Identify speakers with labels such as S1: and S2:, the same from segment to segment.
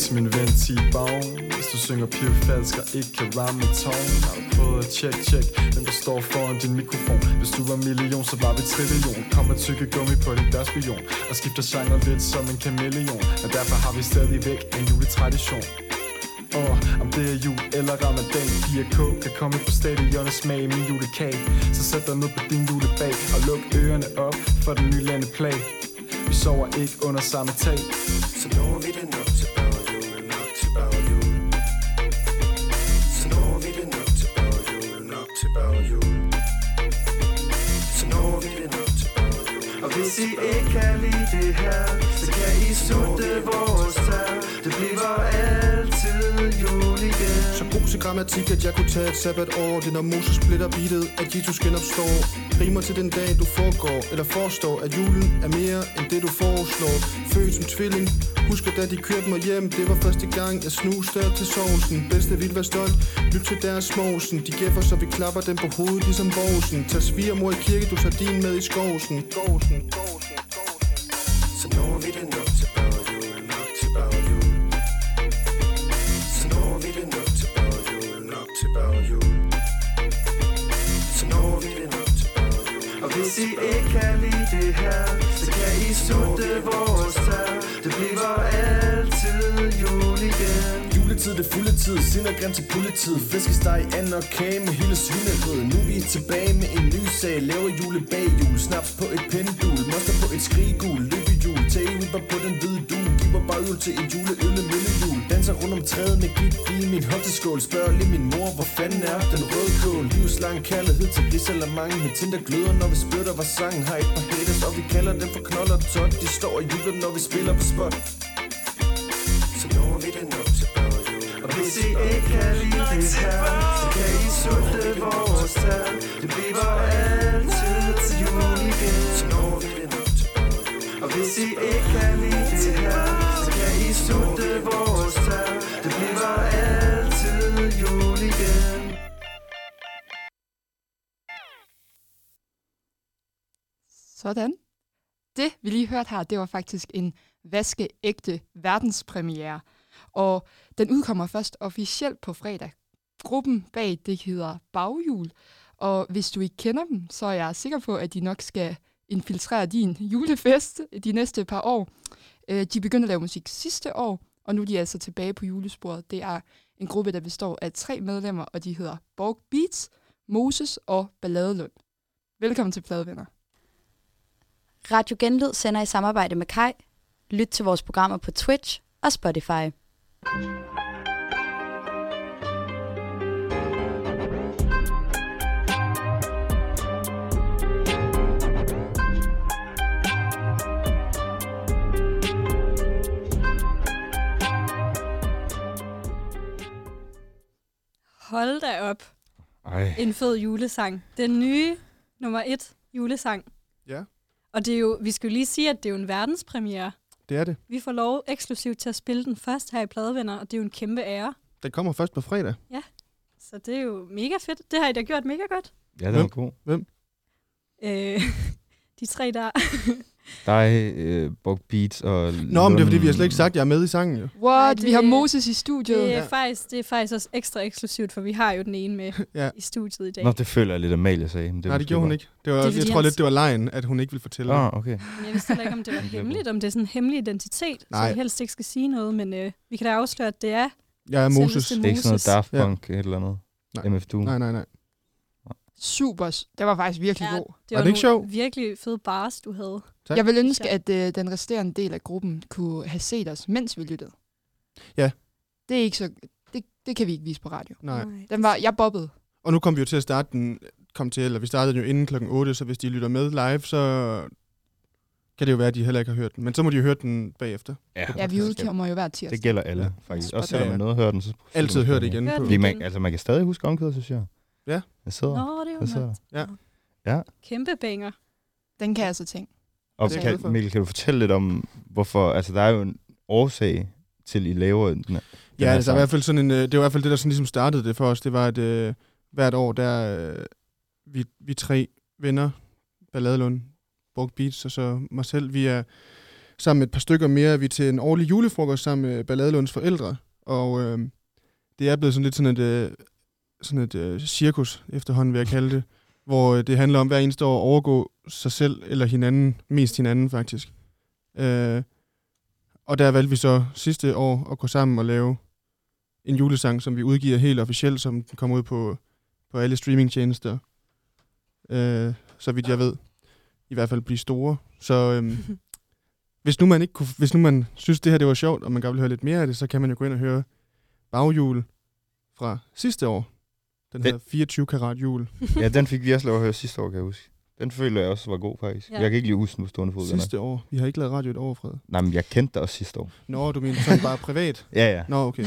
S1: Til min ven T-Bone Hvis du synger pivfalsk og ikke kan ramme med tone Har du prøvet at tjek, tjek Hvem der står foran din mikrofon Hvis du var million, så var vi trillion Kom og tykke gummi på din dørsbillion Og skifter genre lidt som en kameleon Men derfor har vi stadigvæk en juletradition og om det er jul eller ramadan 4K kan komme på stadion og smage min julekage Så sæt dig ned på din julebag Og luk ørerne op for den nylande play Vi sover ikke under samme tag
S2: Så når vi det nok til baghjul, nok til baghjul Så når vi det nok til baghjul, nok til baghjul Så når vi det nok til baghjul
S3: Og hvis I ikke kan lide det her, så kan I sutte vores sang. Det bliver altid jul igen.
S4: Så god til grammatik, at jeg kunne tage et sabbatår Det er når Moses splitter beatet, at Jesus genopstår Rimer til den dag, du foregår Eller forstår, at julen er mere end det, du foreslår Født som tvilling Husker da de kørte mig hjem Det var første gang, jeg snuste til sovsen Bedste ville være stolt, lyt til deres småsen De gæffer, så vi klapper dem på hovedet ligesom vorsen Tag svigermor i kirke, du tager din med i skovsen Skovsen, skovsen, skovsen
S2: Så når vi det nok til baghjul, nok til baghjul Så når vi det nok til baghjul, nok til baghjul Så når vi det nok til baghjul
S3: Og hvis I ikke kan lide det her, så kan I sutte vores sang. Det bliver altid jul igen.
S5: Juletid, det er fulde tid, sindergrim til pulletid Flæskesteg i anden og kage med hele svineriet Nu er vi tilbage med en ny sag Laver jule bag jul, snaps på et pendul Moster på et skrigul, løbehjul Tag Uber på den hvide dul Giver baghjul til et juleølle møllehjul Danser rundt om træet med gik i min hofteskål Spørger lige min mor, hvor fanden er den røde kål Livslang kærlighed til risalamang Med tinder gløder, når vi spytter vores sang Har et par haters, og vi kalder dem for knoller og tot De står og jubler, når vi spiller på spot
S2: Så når vi det nok til baghjul
S3: Og hvis I ikke kan lide det her, så kan I sutte vores sang. Det bliver altid jul igen.
S2: Så når vi det nok til baghjul
S3: Og hvis I ikke kan lide det her, så kan I sutte vores sang. Det bliver altid jul igen.
S6: Sådan. Det, vi lige hørte her, det var faktisk en vaskeægte verdenspremiere. Og den udkommer først officielt på fredag. Gruppen bag det hedder Baghjul. Og hvis du ikke kender dem, så er jeg sikker på, at de nok skal infiltrere din julefest de næste par år. Øh, De begyndte at lave musik sidste år, og nu er de altså tilbage på julesporet. Det er en gruppe, der består af tre medlemmer, og de hedder Borg Beats, Moses og Balladelund. Velkommen til Pladevenner.
S7: Radio Genlyd sender i samarbejde med Kai. Lyt til vores programmer på Twitch og Spotify.
S8: Hold da op.
S9: Ej,
S8: En fed julesang. Den nye nummer et julesang.
S4: Ja.
S8: Og det er jo, vi skal jo lige sige, at det er jo en verdenspremiere.
S4: Det er det
S8: Vi får lov eksklusivt til at spille den først her i Pladevenner, og det er jo en kæmpe ære.
S4: Den kommer først på fredag
S8: Så det er jo mega fedt. Det har I da gjort mega godt.
S9: ja, den er
S4: Hvem?
S9: god.
S8: Øh, de tre der.
S9: Dig, øh, Bog Beats og...
S4: Nå, men det er fordi, vi har slet ikke
S9: Mm.
S4: sagt, at jeg er med i sangen jo.
S8: Ej,
S6: What?
S8: det-
S6: Vi har Moses i studiet.
S8: Det er,
S4: Ja.
S8: faktisk, det er faktisk også ekstra eksklusivt, for vi har jo den ene med
S4: Ja.
S8: i studiet i dag.
S9: Nå, det føler jeg lidt, Amalie sagde. Men det er
S4: Nej, det
S9: måske
S4: gjorde hun
S9: godt.
S4: ikke. Det var,
S8: Det er
S4: jeg
S8: fordi,
S4: tror
S8: han-
S4: lidt, det var lejen, at hun ikke ville fortælle. det.
S9: Ah, okay.
S8: Men Jeg vidste heller ikke, om det var hemmeligt, om det er sådan en hemmelig identitet,
S4: Nej.
S8: så vi helst ikke skal sige noget, men øh, vi kan da afsløre, at det er
S4: Jeg er Moses.
S8: selveste
S9: Det er ikke sådan noget
S8: Moses.
S9: Daft
S4: Ja.
S9: Punk ja. eller noget.
S4: Nej.
S9: MF Doom.
S4: Nej, nej, nej.
S6: Super. s- Den var faktisk virkelig
S8: Ja.
S6: god.
S8: Det
S4: Var
S8: var,
S4: det ikke
S8: nogle
S4: sjovt?
S8: virkelig fede bars, du havde.
S4: Tak.
S6: Jeg vil ønske, at øh, den resterende del af gruppen kunne have set os, mens vi lyttede.
S4: Ja.
S6: Det er ikke så... Det, det kan vi ikke vise på radio.
S4: Nej.
S6: Den var... Jeg bobbede.
S4: Og nu kom vi jo til at starte den, kom til, eller vi startede den jo inden klokken 8, så hvis de lytter med live, så kan det jo være, at de heller ikke har hørt den. Men så må de jo høre den bagefter.
S6: Ja, vi udkommer jo hver tirsdag.
S9: Det gælder alle,
S4: Ja.
S9: faktisk.
S6: Spot
S9: Også selvom
S4: on.
S9: man nåede at høre den, så...
S4: Altid hør det igen.
S8: Hør
S4: På.
S9: Fordi man,
S8: Igen.
S9: altså, man kan stadig huske omkvædet, synes jeg.
S4: Ja.
S9: Jeg sidder.
S8: Nå, det
S9: Hvad så?
S8: var nok.
S4: Ja.
S9: Ja.
S8: Kæmpe banger.
S6: Den kan jeg så tænke.
S9: Og
S6: Det er jeg glad
S9: kan,
S4: for.
S9: Mikkel, kan du fortælle lidt om, hvorfor... Altså, der er jo en årsag til, I laver den her.
S4: Ja,
S9: her
S4: altså, i
S9: sang.
S4: hvert fald sådan en, øh, det var i hvert fald det, der sådan ligesom startede det for os. Det var, at øh, hvert år, der øh, vi, vi tre venner, Balladelund, Borg Beats og så mig selv, vi er Sammen med et par stykker mere er vi til en årlig julefrokost sammen med Balladelunds forældre. Og øh, det er blevet sådan lidt sådan et, øh, sådan et øh, cirkus efterhånden, vil jeg kalde det. Hvor øh, det handler om hver eneste år at overgå sig selv eller hinanden, mest hinanden faktisk. Øh, og der valgte vi så sidste år at gå sammen og lave en julesang, som vi udgiver helt officielt, som den kommer ud på, på alle streamingtjenester. Øh, så vidt jeg ved. I hvert fald blive store. Så øhm, hvis, nu man ikke kunne, hvis nu man synes, det her det var sjovt, og man gerne vil høre lidt mere af det, så kan man jo gå ind og høre baghjul fra sidste år. Den
S9: Den-
S4: hedder 24 karat jul.
S9: Ja, den fik vi også lov at høre sidste år, kan jeg huske. Den føler jeg også var god, faktisk.
S8: Ja.
S9: Ja. Jeg kan ikke lige huske den på stående fod. den er.
S4: Sidste år. Vi har ikke lavet radio et år, Fred.
S9: Nej, men jeg kendte dig også sidste år.
S4: Nå, du mener sådan bare privat?
S9: Ja, ja.
S4: Nå, okay.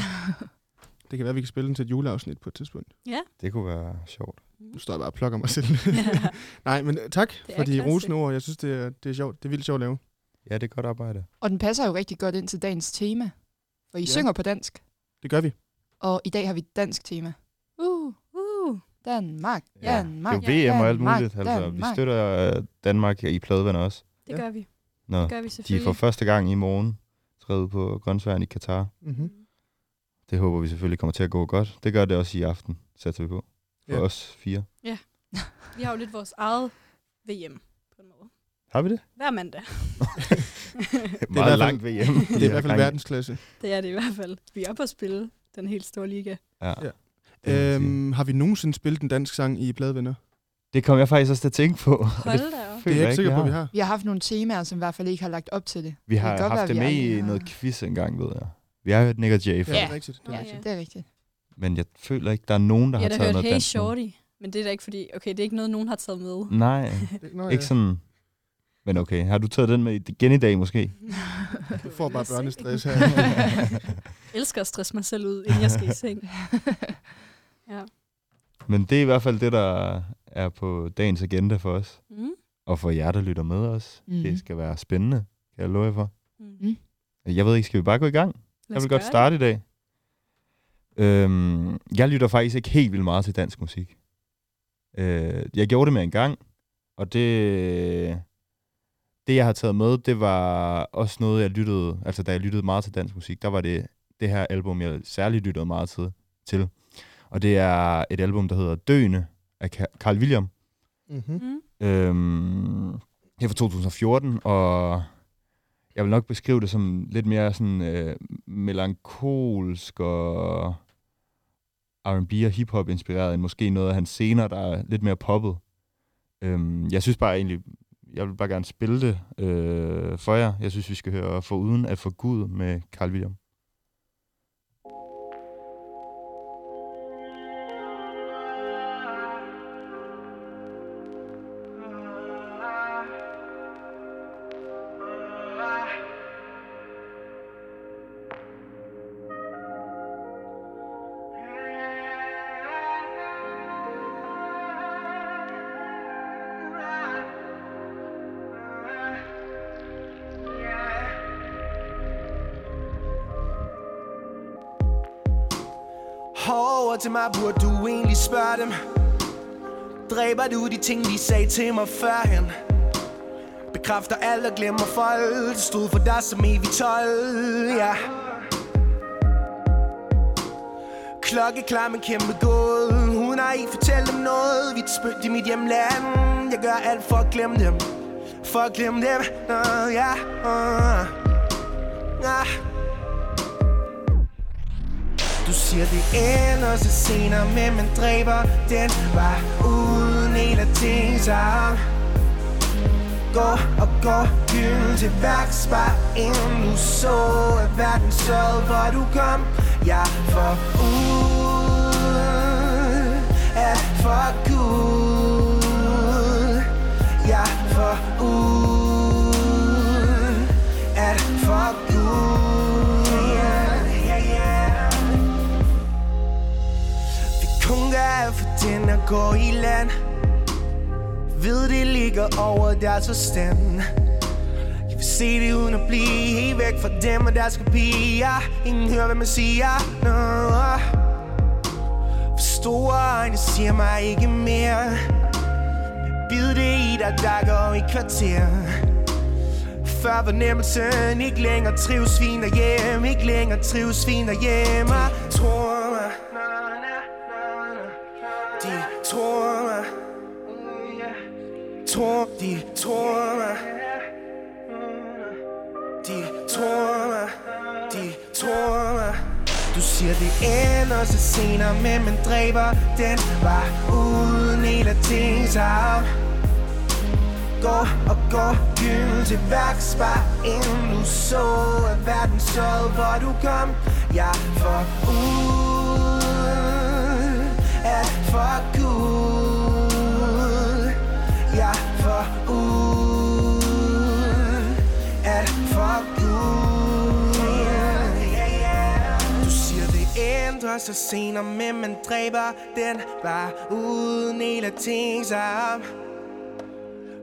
S4: Det kan være, vi kan spille den til et juleafsnit på et tidspunkt.
S8: Ja.
S9: Det kunne være sjovt.
S4: Nu står jeg bare og plukker mig selv.
S8: ja.
S4: Nej, men øh, tak
S8: er
S4: for de
S8: klasse.
S4: rosende ord. Jeg synes, det er, det er sjovt. Det er vildt sjovt at lave.
S9: Ja, det er godt arbejde.
S6: Og den passer jo rigtig godt ind til dagens tema. For I
S4: Ja.
S6: ja. synger på dansk,
S4: Det gør vi.
S6: og i dag har vi et dansk tema. Uh,
S8: Uh,
S6: Danmark,
S9: Ja,
S6: Danmark.
S9: det er jo VM og alt
S6: Danmark,
S9: muligt. Altså, vi
S6: Danmark.
S9: støtter øh, Danmark i pladevandet også.
S8: det
S4: Ja.
S8: gør vi.
S9: Nå,
S8: Det gør vi
S9: de får
S8: selvfølgelig.
S9: første gang i morgen træde på grøntsværen i Katar.
S4: Mm-hmm.
S9: Det håber vi selvfølgelig kommer til at gå godt. Det gør det også i aften, satser vi på. For
S4: Ja.
S9: ja. os fire.
S8: Vi har jo lidt vores eget VM på en måde.
S9: Har vi det?
S8: Hver mandag.
S9: det er
S4: i hvert fald-
S9: meget langt ved hjemme.
S4: Det er i hvert fald verdensklasse.
S8: Det er det i hvert fald. Vi er oppe at spille den helt store liga.
S9: Ja.
S4: Ja.
S9: Det må man sige.
S4: Øhm, har vi nogensinde spillet en dansk sang i Pladevenner?
S9: Det kom jeg faktisk også til at tænke på.
S8: Hold da op.
S4: Det er jeg ikke sikker på, vi
S9: har.
S4: har.
S6: Vi har haft nogle temaer, som i hvert fald ikke har lagt op til det.
S9: Vi har
S6: Det kan godt
S9: haft det
S6: være,
S9: med
S6: vi aldrig
S9: i
S6: har-
S9: noget quiz engang, ved jeg. Vi har hørt Nick og Jay før,
S4: Ja,
S9: ja.
S4: det er rigtigt. Det
S8: Nå,
S4: er
S8: ja.
S4: rigtigt.
S6: Det er rigtigt.
S9: men jeg føler ikke, der er nogen, der har
S8: Jeg har da
S9: taget
S8: hørt
S9: noget
S8: Hey
S9: dansk med.
S8: Shorty, men det er da ikke fordi, okay, det er ikke noget, nogen har taget med.
S9: Nej,
S4: Det- Nå,
S9: ikke sådan. Men okay, har du taget den med i- igen i dag måske?
S4: Du får bare børnestress her.
S8: Jeg elsker at stresse mig selv ud, inden jeg skal i seng. Ja.
S9: Men det er i hvert fald det, der er på dagens agenda for os.
S8: Mm.
S9: Og for jer, der lytter med os. Mm.
S6: Mhm.
S9: Det skal være spændende, kan jeg love jer for.
S8: Mm.
S9: Jeg ved ikke, skal vi bare gå i gang? Jeg vil godt starte i dag. Øhm, jeg lytter faktisk ikke helt vildt meget til dansk musik. Øh, jeg gjorde det med en gang, og det, det, jeg har taget med, det var også noget, jeg lyttede, altså da jeg lyttede meget til dansk musik, der var det det her album, jeg særligt lyttede meget til. til. Og det er et album, der hedder Døende af Ka- Carl William.
S4: Mm-hmm.
S8: Mm.
S9: Øhm, her fra 2014, og jeg vil nok beskrive det som lidt mere sådan øh, melankolsk og R&B og hiphop inspireret, end måske noget af hans senere, der er lidt mere poppet. Øhm, jeg synes bare egentlig, jeg vil bare gerne spille det øh, for jer. Jeg synes, vi skal høre For Uden at For Gud med Carl William.
S10: Hårdere til mig burde du egentlig spørge dem Dræber du de ting, de sagde til mig førhen? Bekræfter alt og glemmer folk Stod for dig som evig tolv, ja Klokke klar med kæmpe gåde Hun har ikke fortalt dem noget Vi spyt i mit hjemland Jeg gør alt for at glemme dem For at glemme dem, uh, ja uh, uh. Du siger det ender så senere, men man dræber den var uden en at tænke sig om. Gå og gå hylden til værks, bare inden du så, at verden sørgede, hvor du kom. Jeg er for uden, er for Gud. Jeg er for uden, er for Gud. Yeah, yeah, yeah. Vi kun gør alt for den at gå i land Ved det ligger over deres forstand Jeg vil se det uden at blive helt væk fra dem og deres kopier Ingen hører hvad man siger no. For store øjne siger mig ikke mere Bid det i dig, der går i kvarter før fornemmelsen Ikke længere trives svin hjem Ikke længere trives svin hjem Og tror mig De tror mig Tror, de tror mig De tror mig De tror mig du siger det ender så senere, men man dræber den var uden helt at tænke sig om. Gå og gå gylden til værks Bare inden du så at verden så hvor du kom Jeg er for ud At for gud Jeg er for ud At for gud Du siger det ændrer sig senere Men man dræber den bare uden helt at tænke sig om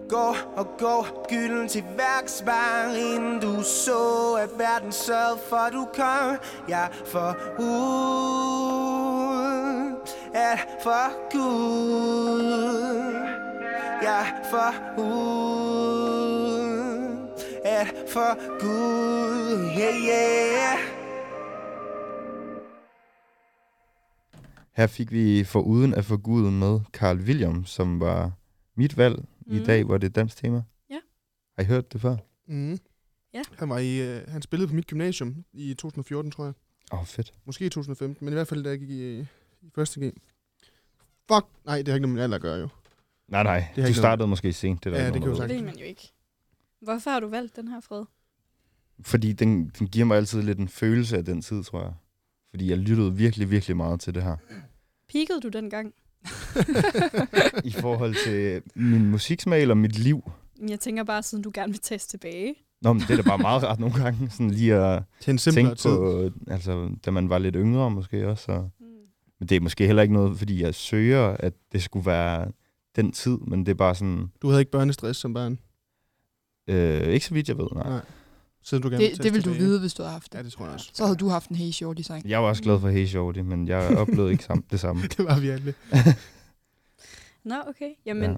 S10: Gå og gå gylden til værks Var inden du så at verden sørgede for du kom Jeg er for ud At for Gud Jeg er for ud At for Gud Yeah yeah
S9: Her fik vi for uden at få guden med Carl William, som var mit valg mm. i
S8: Mm.
S9: dag, hvor det er dansk tema.
S8: Ja.
S9: Har I hørt det før?
S11: Mm.
S8: Ja.
S11: Han, var i, øh, han spillede på mit gymnasium i 2014, tror jeg.
S9: Åh, oh, fedt.
S11: Måske i 2015, men i hvert fald, da jeg gik i, i første G. Fuck! Nej, det har ikke noget med min alder at gøre, jo.
S9: Nej, nej.
S11: har
S9: Det du
S11: ikke
S9: startede noget. måske sent. Det er der
S11: Ja,
S9: ikke
S11: det
S9: nogen,
S11: kan
S9: der
S11: jo sagtens.
S8: Det ved man jo ikke. Hvorfor har du valgt den her, Fred?
S9: ved. Fordi den, den giver mig altid lidt en følelse af den tid, tror jeg. Fordi jeg lyttede virkelig, virkelig meget til det her.
S8: Peakede du dengang?
S9: I forhold til min musiksmag eller mit liv.
S8: Jeg tænker bare, siden du gerne vil teste tilbage.
S9: Nå, men det er da bare meget rart nogle gange, sådan lige at
S11: Til en
S9: tænke
S11: simplere tid.
S9: på, øh, altså, da man var lidt yngre måske også. Og, men det er måske heller ikke noget, fordi jeg søger, at det skulle være den tid, men det er bare sådan,
S11: Du havde ikke børnestress som barn.
S9: øh, ikke så vidt jeg ved, nej.
S11: Nej. Siden du gerne vil
S6: Det, det
S11: taste
S6: vil du
S11: tilbage.
S6: vide, hvis du havde haft
S11: Ja,
S6: det.
S11: det tror jeg også.
S6: Så havde du haft en hey shorty sang.
S9: Jeg var også glad for Hey Shorty, men jeg oplevede ikke sam- det samme.
S11: Det var vi alle.
S8: Nå, okay. Jamen,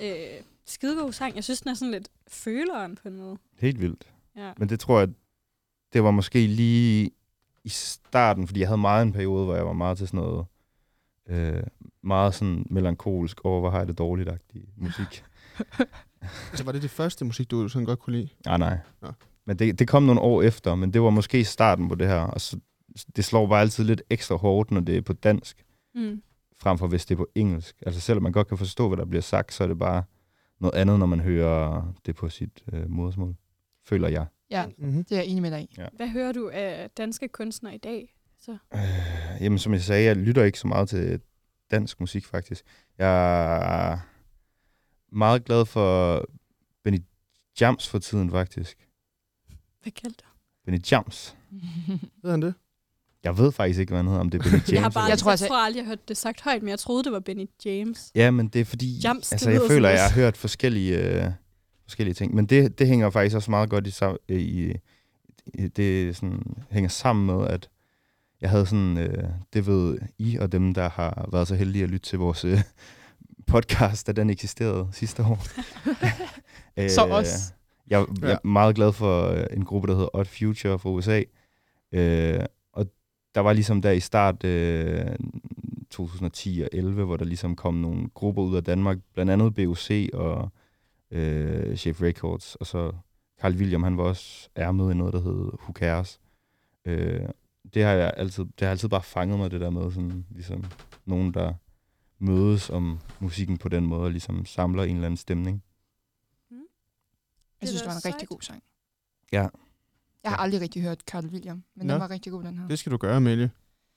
S8: ja. øh, skidegod sang. Jeg synes, den er sådan lidt føleren på en måde.
S9: Helt vildt.
S8: Ja.
S9: Men det tror jeg, det var måske lige i starten, fordi jeg havde meget en periode, hvor jeg var meget til sådan noget, øh, meget sådan melankolsk over, hvor har jeg det dårligt musik.
S11: Så Altså, var det det første musik, du sådan godt kunne lide?
S9: nej, Ah, nej.
S11: Nå.
S9: Men det, det kom nogle år efter, men det var måske starten på det her, og så, det slår bare altid lidt ekstra hårdt, når det er på dansk,
S8: Mm.
S9: frem for hvis det er på engelsk. Altså selvom man godt kan forstå, hvad der bliver sagt, så er det bare noget andet, når man hører det på sit øh, modersmål, føler jeg.
S6: Ja,
S11: Mm-hmm.
S6: det er jeg enig med dig i.
S8: Hvad hører du af danske kunstnere i dag?
S9: Øh, jamen, som jeg sagde, jeg lytter ikke så meget til dansk musik, faktisk. Jeg er meget glad for Benny Jams for tiden, faktisk.
S8: Hvad kaldte du?
S9: Benny Jams.
S11: Ved han det?
S9: Jeg ved faktisk ikke, hvad han hedder, om det er Benny James.
S8: Jeg har bare
S9: eller-
S8: jeg
S6: Jeg
S8: tror,
S6: tror
S8: jeg
S6: altså-
S8: tror aldrig, jeg har hørt det sagt højt, men jeg troede, det var Benny James.
S9: Ja, men det er fordi,
S8: Jams, det
S9: altså, jeg
S8: lyder
S9: føler,
S8: som
S9: jeg har
S8: os.
S9: hørt forskellige, øh, forskellige ting. Men det, det hænger faktisk også meget godt i, sam- øh, i i- det sådan, hænger sammen med, at jeg havde sådan, øh, det ved I og dem, der har været så heldige at lytte til vores øh, podcast, da den eksisterede sidste år. Øh,
S6: Så os.
S9: Jeg, jeg
S11: Ja.
S9: er meget glad for øh, en gruppe, der hedder Odd Future fra USA. Øh, og der var ligesom der i start øh, 2010 og 11, hvor der ligesom kom nogle grupper ud af Danmark, blandt andet BOC og øh, Chef Records, og så Carl William, han var også er med i noget, der hed Who Cares. Øh, det har jeg altid, det har altid bare fanget mig, det der med sådan, ligesom nogen, der mødes om musikken på den måde, og ligesom samler en eller anden stemning.
S6: Jeg
S8: Det
S6: synes,
S8: er
S6: det var en
S8: da
S6: rigtig
S8: sejt.
S6: god sang.
S9: Ja.
S6: Jeg har aldrig rigtig hørt Carl William, men
S11: Nå.
S6: den var rigtig god, den her.
S11: Det skal du gøre, Amelie.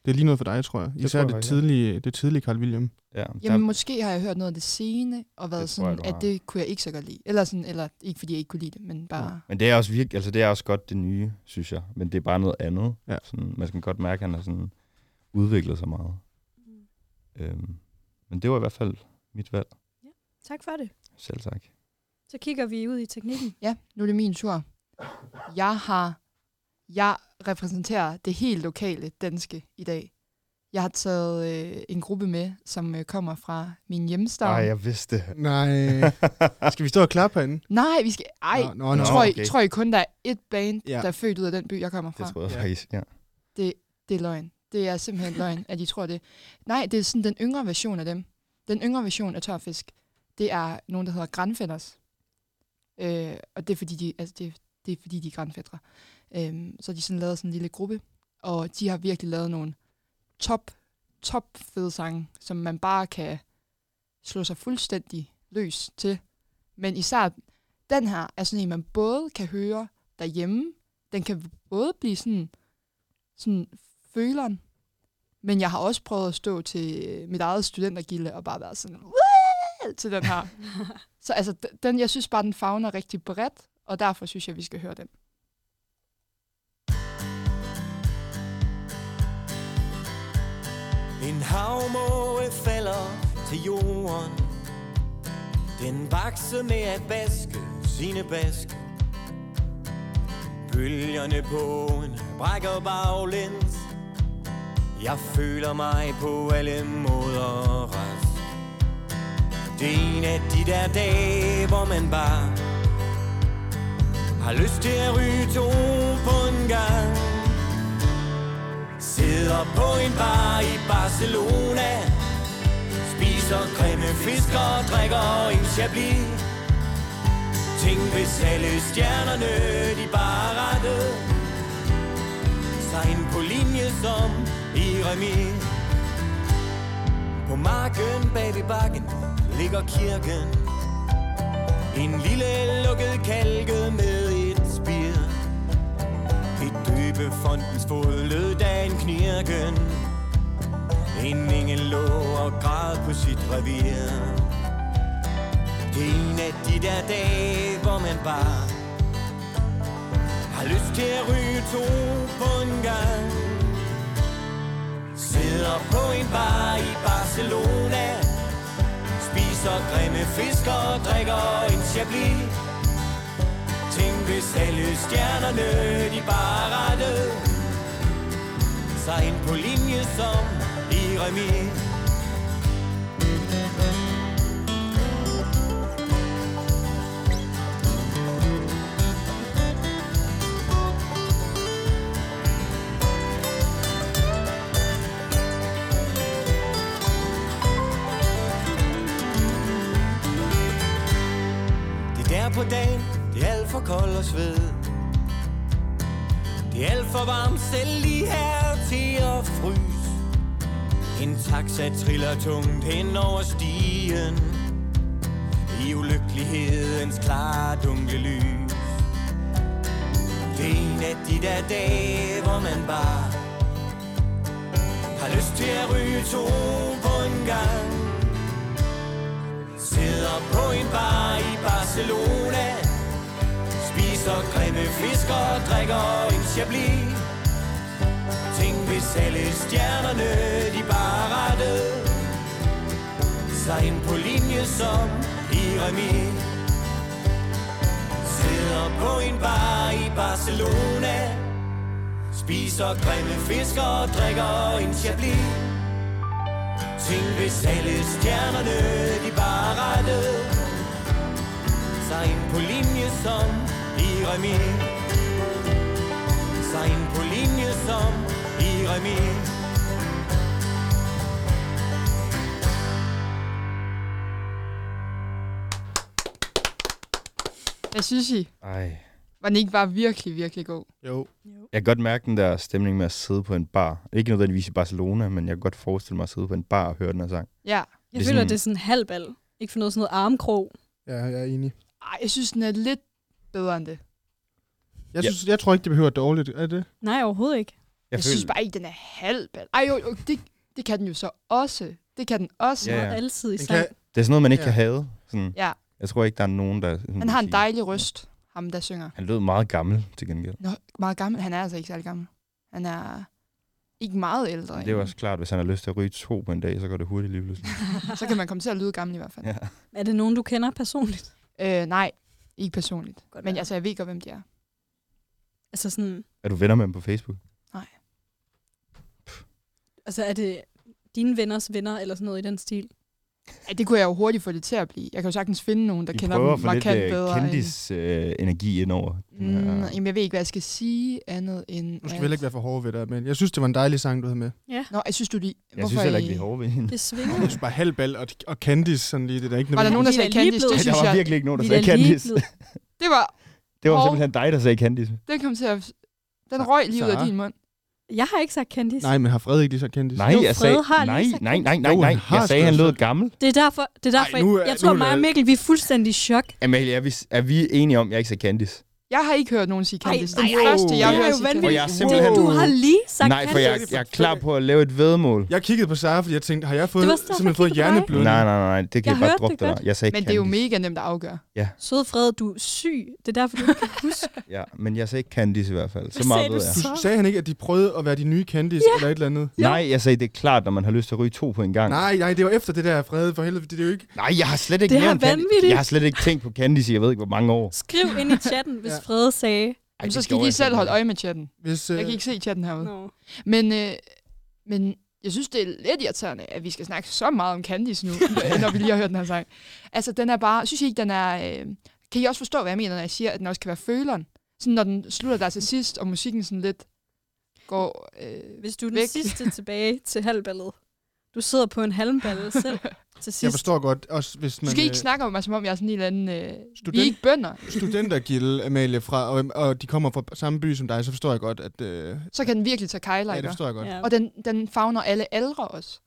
S11: Det er lige noget for dig, tror jeg.
S9: tror
S11: Især
S9: jeg
S11: det,
S9: faktisk, ja.
S11: tidlige, det tidlige Carl William.
S9: Ja,
S6: Jamen, måske har jeg hørt noget af det sene, og været
S9: Det tror jeg,
S6: sådan,
S9: du har.
S6: at det kunne jeg ikke så godt lide. Eller, sådan, eller ikke fordi jeg ikke kunne lide det, men bare...
S9: Men det er også virkelig, altså det er også godt det nye, synes jeg. Men det er bare noget andet.
S11: Ja.
S9: Sådan, man kan godt mærke, at han har sådan udviklet sig meget.
S11: Mm.
S9: Øhm, men det var i hvert fald mit valg,
S8: Tak for det.
S9: selv tak.
S8: Så kigger vi ud i teknikken.
S6: Ja, nu er det min tur. Jeg har... Jeg repræsenterer det helt lokale danske i dag. Jeg har taget øh, en gruppe med, som øh, kommer fra min hjemstavn.
S9: Ej, jeg vidste det.
S11: Nej. Skal vi stå og klappe herinde?
S6: Nej, vi skal... Ej,
S11: Nå,
S6: nå,
S11: nå,
S6: nå,
S11: nå,
S6: tror,
S9: okay.
S6: I, tror I kun, der er et band,
S11: Ja.
S6: ja. der er født ud af den by, jeg kommer fra?
S9: Det
S6: Det,
S9: tror jeg
S11: Ja.
S9: faktisk, ja.
S6: det, det er løgn. Det er simpelthen løgn, at I tror det. Nej, det er sådan den yngre version af dem. Den yngre version af tørfisk, det er nogen, der hedder grænfætters. Øh, og det er fordi, de, altså det, det er, fordi de er grænfætter. Øh, så har de sådan lavet sådan en lille gruppe, og de har virkelig lavet nogle top, top fede sange, som man bare kan slå sig fuldstændig løs til. Men især den her er sådan en, man både kan høre derhjemme, den kan både blive sådan, sådan føleren, men jeg har også prøvet at stå til øh, mit eget studentergilde og bare være sådan, "Wow!" til den her. Så altså, d- den, jeg synes bare, den fagner rigtig bredt, og derfor synes jeg, vi skal høre den.
S12: En havmåge falder til jorden Den vakser med at vaske sine bask Bølgerne på en brækker baglæns Jeg føler mig på alle måder rask Det er en af de der dage, hvor man bare Har lyst til at ryge to på en gang Sidder på en bar i Barcelona Spiser grimme fisk og drikker en chablis Tænk hvis alle stjernerne de bare rettede Sig ind på linje som i remis På marken bag ved bakken ligger kirken En lille lukket kalke med et spir i døbefondens fod lød da en knirken En engel lå og græd på sit revir Det er en af de der dage, hvor man bare Har lyst til at ryge to på en gang Sidder på en bar i Barcelona Spiser grimme fisk og drikker en chablis Tænk hvis alle stjernerne de bare rettede Sig ind på linje som i remis Det er der på dagen, det er alt for kold og sved Det er alt for varmt selv lige her til at fryse En taxa triller tungt hen over stigen I ulykkelighedens klare dunkle lys Det er en af de der dage, hvor man bare Har lyst til at ryge to på en gang Sidder på en bar i Barcelona Spiser grimme fisk og drikker en chablis Tænk hvis alle stjernerne de bare rettede Sig ind på linje som i remis Sidder på en bar i Barcelona Spiser grimme fisk og drikker en chablis Tænk hvis alle stjernerne de bare rettede Sig ind på linje som i remis Sig ind på linje som i remis
S6: Hvad synes I?
S9: Ej.
S6: Var den ikke bare virkelig, virkelig god?
S11: Jo.
S9: Jeg kan godt mærke den der stemning med at sidde på en bar. Ikke nødvendigvis i Barcelona, men jeg kan godt forestille mig at sidde på en bar og høre den her sang.
S6: Ja.
S8: Jeg
S9: Det er
S8: føler,
S9: sådan-
S8: det er sådan halvbal. Ikke for noget sådan noget armkrog.
S11: Ja, jeg er enig.
S6: Ej, jeg synes, den er lidt bedre end det. Jeg,
S11: Jeg,
S9: Ja.
S11: synes, jeg tror ikke, det behøver dårligt. Er det?
S8: Nej, overhovedet ikke.
S9: Jeg,
S6: jeg synes bare ikke, den er halvbal. Ej, jo, jo det, det kan den jo så også. Det kan den også.
S9: Ja,
S8: Ja,
S9: ja.
S8: ja. Altid i
S11: Den
S8: sang.
S11: kan-
S9: Det er sådan noget, man ikke
S11: Ja.
S9: kan have. Sådan,
S6: Ja.
S9: Jeg tror ikke, der er nogen, der... sådan
S6: Han har en
S9: vil sige-
S6: dejlig røst, ham der synger.
S9: Han lød meget gammel til gengæld.
S6: Nå, meget gammel. Han er altså ikke særlig gammel. Han er ikke meget ældre.
S9: Det er jo
S6: egentlig.
S9: også klart, hvis han har lyst til at ryge to på en dag, så går det hurtigt lige pludselig.
S6: Så kan man komme til at lyde gammel i hvert fald.
S9: Ja.
S8: Er det nogen, du kender personligt?
S6: Øh, nej, ikke personligt.
S8: Godt
S6: Men
S8: være.
S6: altså, jeg ved godt, hvem de er.
S8: Altså sådan,
S9: Er du venner med ham på Facebook?
S8: Altså er det dine venners venner eller sådan noget i den stil?
S6: Ja, det kunne jeg jo hurtigt få det til at blive. Jeg kan jo sagtens finde nogen, der
S9: Vi
S6: kender
S9: prøver at
S6: dem
S9: få lidt
S6: markant
S9: øh,
S6: bedre.
S9: kendis-energi ind over.
S6: end... mm, jamen, jeg ved ikke, hvad jeg skal sige andet end...
S11: Nu skal
S6: at-
S11: vi heller ikke være for hårde ved dig, men jeg synes, det var en dejlig sang, du havde med.
S8: Ja.
S6: Nå, jeg synes du lige...
S9: Jeg synes heller ikke, vi er hårde ved hende.
S8: Det
S11: Jeg
S8: svinger.
S11: synes bare halvbal og, og Candice, sådan lige, det er da ikke
S6: Var der nogen, der
S8: Vi er
S6: sagde
S8: lige
S6: Candice?
S8: blevet-
S6: Det
S8: Ja,
S9: Der
S6: synes
S9: var
S6: jeg...
S9: virkelig ikke nogen, der
S8: Vi er
S9: sagde
S8: da lige
S9: Candice.
S8: blevet-
S6: Det var...
S9: Det var
S6: Og-
S9: simpelthen dig, der sagde Candice.
S6: Den kom til at... Den røg lige ud af
S11: Sara.
S6: din mund.
S8: Jeg har ikke sagt Candice.
S11: Nej, men har Frederik lige så Candice?
S9: Nej,
S8: Jo,
S9: jeg sagde,
S8: Frede har lige
S9: nej,
S8: sagt
S9: nej, nej, nej,
S11: Jo,
S9: nej.
S11: han har
S9: Jeg sagde, han
S11: skrevet
S9: lød gammel.
S8: Det er derfor, det er derfor
S11: Ej, nu er-
S8: jeg
S11: nu
S8: tror
S11: er
S8: mig og
S11: det-
S8: Mikkel, vi er fuldstændig i chok.
S9: Amalie, er vi, er vi enige om, at jeg ikke sagde Candice?
S6: Jeg har ikke hørt nogen sige
S8: Ej,
S6: Candice. Den
S8: ej, ej,
S6: første, jeg
S8: det er
S6: hører
S8: jo
S6: sige
S9: Og
S6: Candice.
S8: vanvittigt.
S9: jeg er
S8: Det,
S9: simpelthen...
S8: du har lige sagt
S9: Nej, for jeg,
S8: Candice.
S9: jeg er klar på at lave et vedmål.
S11: Jeg kiggede på Sara, fordi jeg tænkte, har jeg fået,
S8: Det var også derfor,
S11: simpelthen
S8: jeg
S11: fået
S8: kiggede på dig.
S9: Nej,
S11: hjerneblødning?
S9: nej, nej, det kan
S8: Jeg
S9: jeg, bare
S8: hørte
S9: droppe
S8: det
S9: dig. Jeg sagde
S6: Men det er jo
S9: Candice.
S6: mega nemt at afgøre.
S8: Søde Frede, du er syg. Det er derfor, du ikke kan huske.
S9: Ja, men jeg sagde ikke Candice i hvert fald. Så
S8: Hvad
S9: meget
S8: sagde
S9: ved
S8: du
S9: jeg.
S8: så?
S11: Du sagde han ikke, at de prøvede at være de nye Candice
S8: Ja.
S11: eller et eller andet?
S9: Nej, jeg sagde, det er klart, når man har lyst til at ryge to på en gang.
S11: Nej, nej, det var efter det der Frede, for helvede, det er jo ikke...
S9: Nej, jeg har slet ikke
S8: Det er
S9: nævnt Candice.
S8: vanvittigt.
S9: Jeg har slet ikke tænkt på Candice i, jeg ved ikke, hvor mange år.
S8: Skriv ind i chatten, hvis
S11: Ja.
S8: Frede sagde.
S9: Ej,
S6: Jamen, så
S9: det
S6: skal I
S9: gjorde
S6: lige
S9: jeg
S6: selv
S9: simpelthen
S6: holde øje med chatten.
S11: Hvis, øh,
S6: Jeg kan ikke se chatten herude.
S8: No.
S6: Men, øh, men jeg synes, det er lidt irriterende, at vi skal snakke så meget om Candice nu, når vi lige har hørt den her sang. Altså, den er bare... Synes I ikke, den er... Øh, kan I også forstå, hvad jeg mener, når jeg siger, at den også kan være føleren? Sådan, når den slutter der til sidst, og musikken sådan lidt går... Øh,
S8: Hvis du er den
S6: Væk.
S8: sidste tilbage til halvballet. Du sidder på en halmballe selv til sidst.
S11: jeg forstår godt, også hvis
S6: du
S11: man...
S6: skal ikke
S11: øh,
S6: snakke om mig, som om jeg er sådan en eller anden... Øh, vi er
S11: Student.
S6: ikke bønder.
S11: studentergilde, Amalie, fra, og, og de kommer fra samme by som dig, så forstår jeg godt, at... Øh,
S6: Så kan den virkelig tage kejler,
S11: ja,
S6: ikke?
S11: det forstår jeg godt. Ja.
S8: Ja.
S6: Og den, den fagner alle aldre også.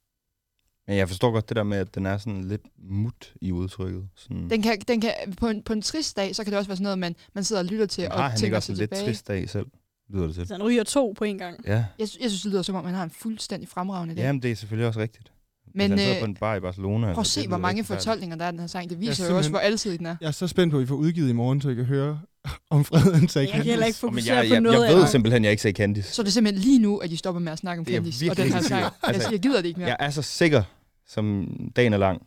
S9: Men jeg forstår godt det der med, at den er sådan lidt mut i udtrykket. Sådan, "Ah,
S6: Den kan, den kan, på, en, på en trist dag, så kan det også være sådan noget, man, man sidder og lytter til
S9: Men
S6: og
S9: har han ikke
S6: tænker
S9: også
S6: sig
S9: en lidt
S6: tilbage.
S9: trist dag selv, lyder det til.
S8: Så han ryger to på en gang.
S9: Ja,
S6: Jeg, sy- jeg synes, det lyder som om, han har en fuldstændig fremragende dag.
S9: Jamen, det er selvfølgelig også rigtigt. Men,
S6: Men
S9: Hvis han sidder
S6: øh,
S9: på en bar i Barcelona.
S6: prøv at
S9: altså,
S6: se,
S9: det
S6: hvor
S9: lyder
S6: mange
S9: rigtig dejligt.
S6: fortolkninger der er i den her sang. Det viser jo også,
S11: simpelthen-
S6: hvor altid den er.
S11: Jeg er så spændt på, at vi får udgivet i morgen, så I kan høre om freden, så I
S8: Jeg kan heller ikke
S9: Åh, Men
S8: fokusere
S9: jeg, jeg,
S8: på
S9: jeg,
S8: noget
S9: ved
S8: af det.
S9: simpelthen, at jeg ikke sagde Candice.
S6: Så er det simpelthen lige nu, at de stopper med at snakke om
S9: Det er
S6: Candice og
S9: virkelig
S6: den her
S9: ikke
S6: sang.
S9: sikkert.
S6: Altså,
S9: Altså,
S6: jeg gider det ikke mere.
S9: Jeg er så sikker, som dagen er lang.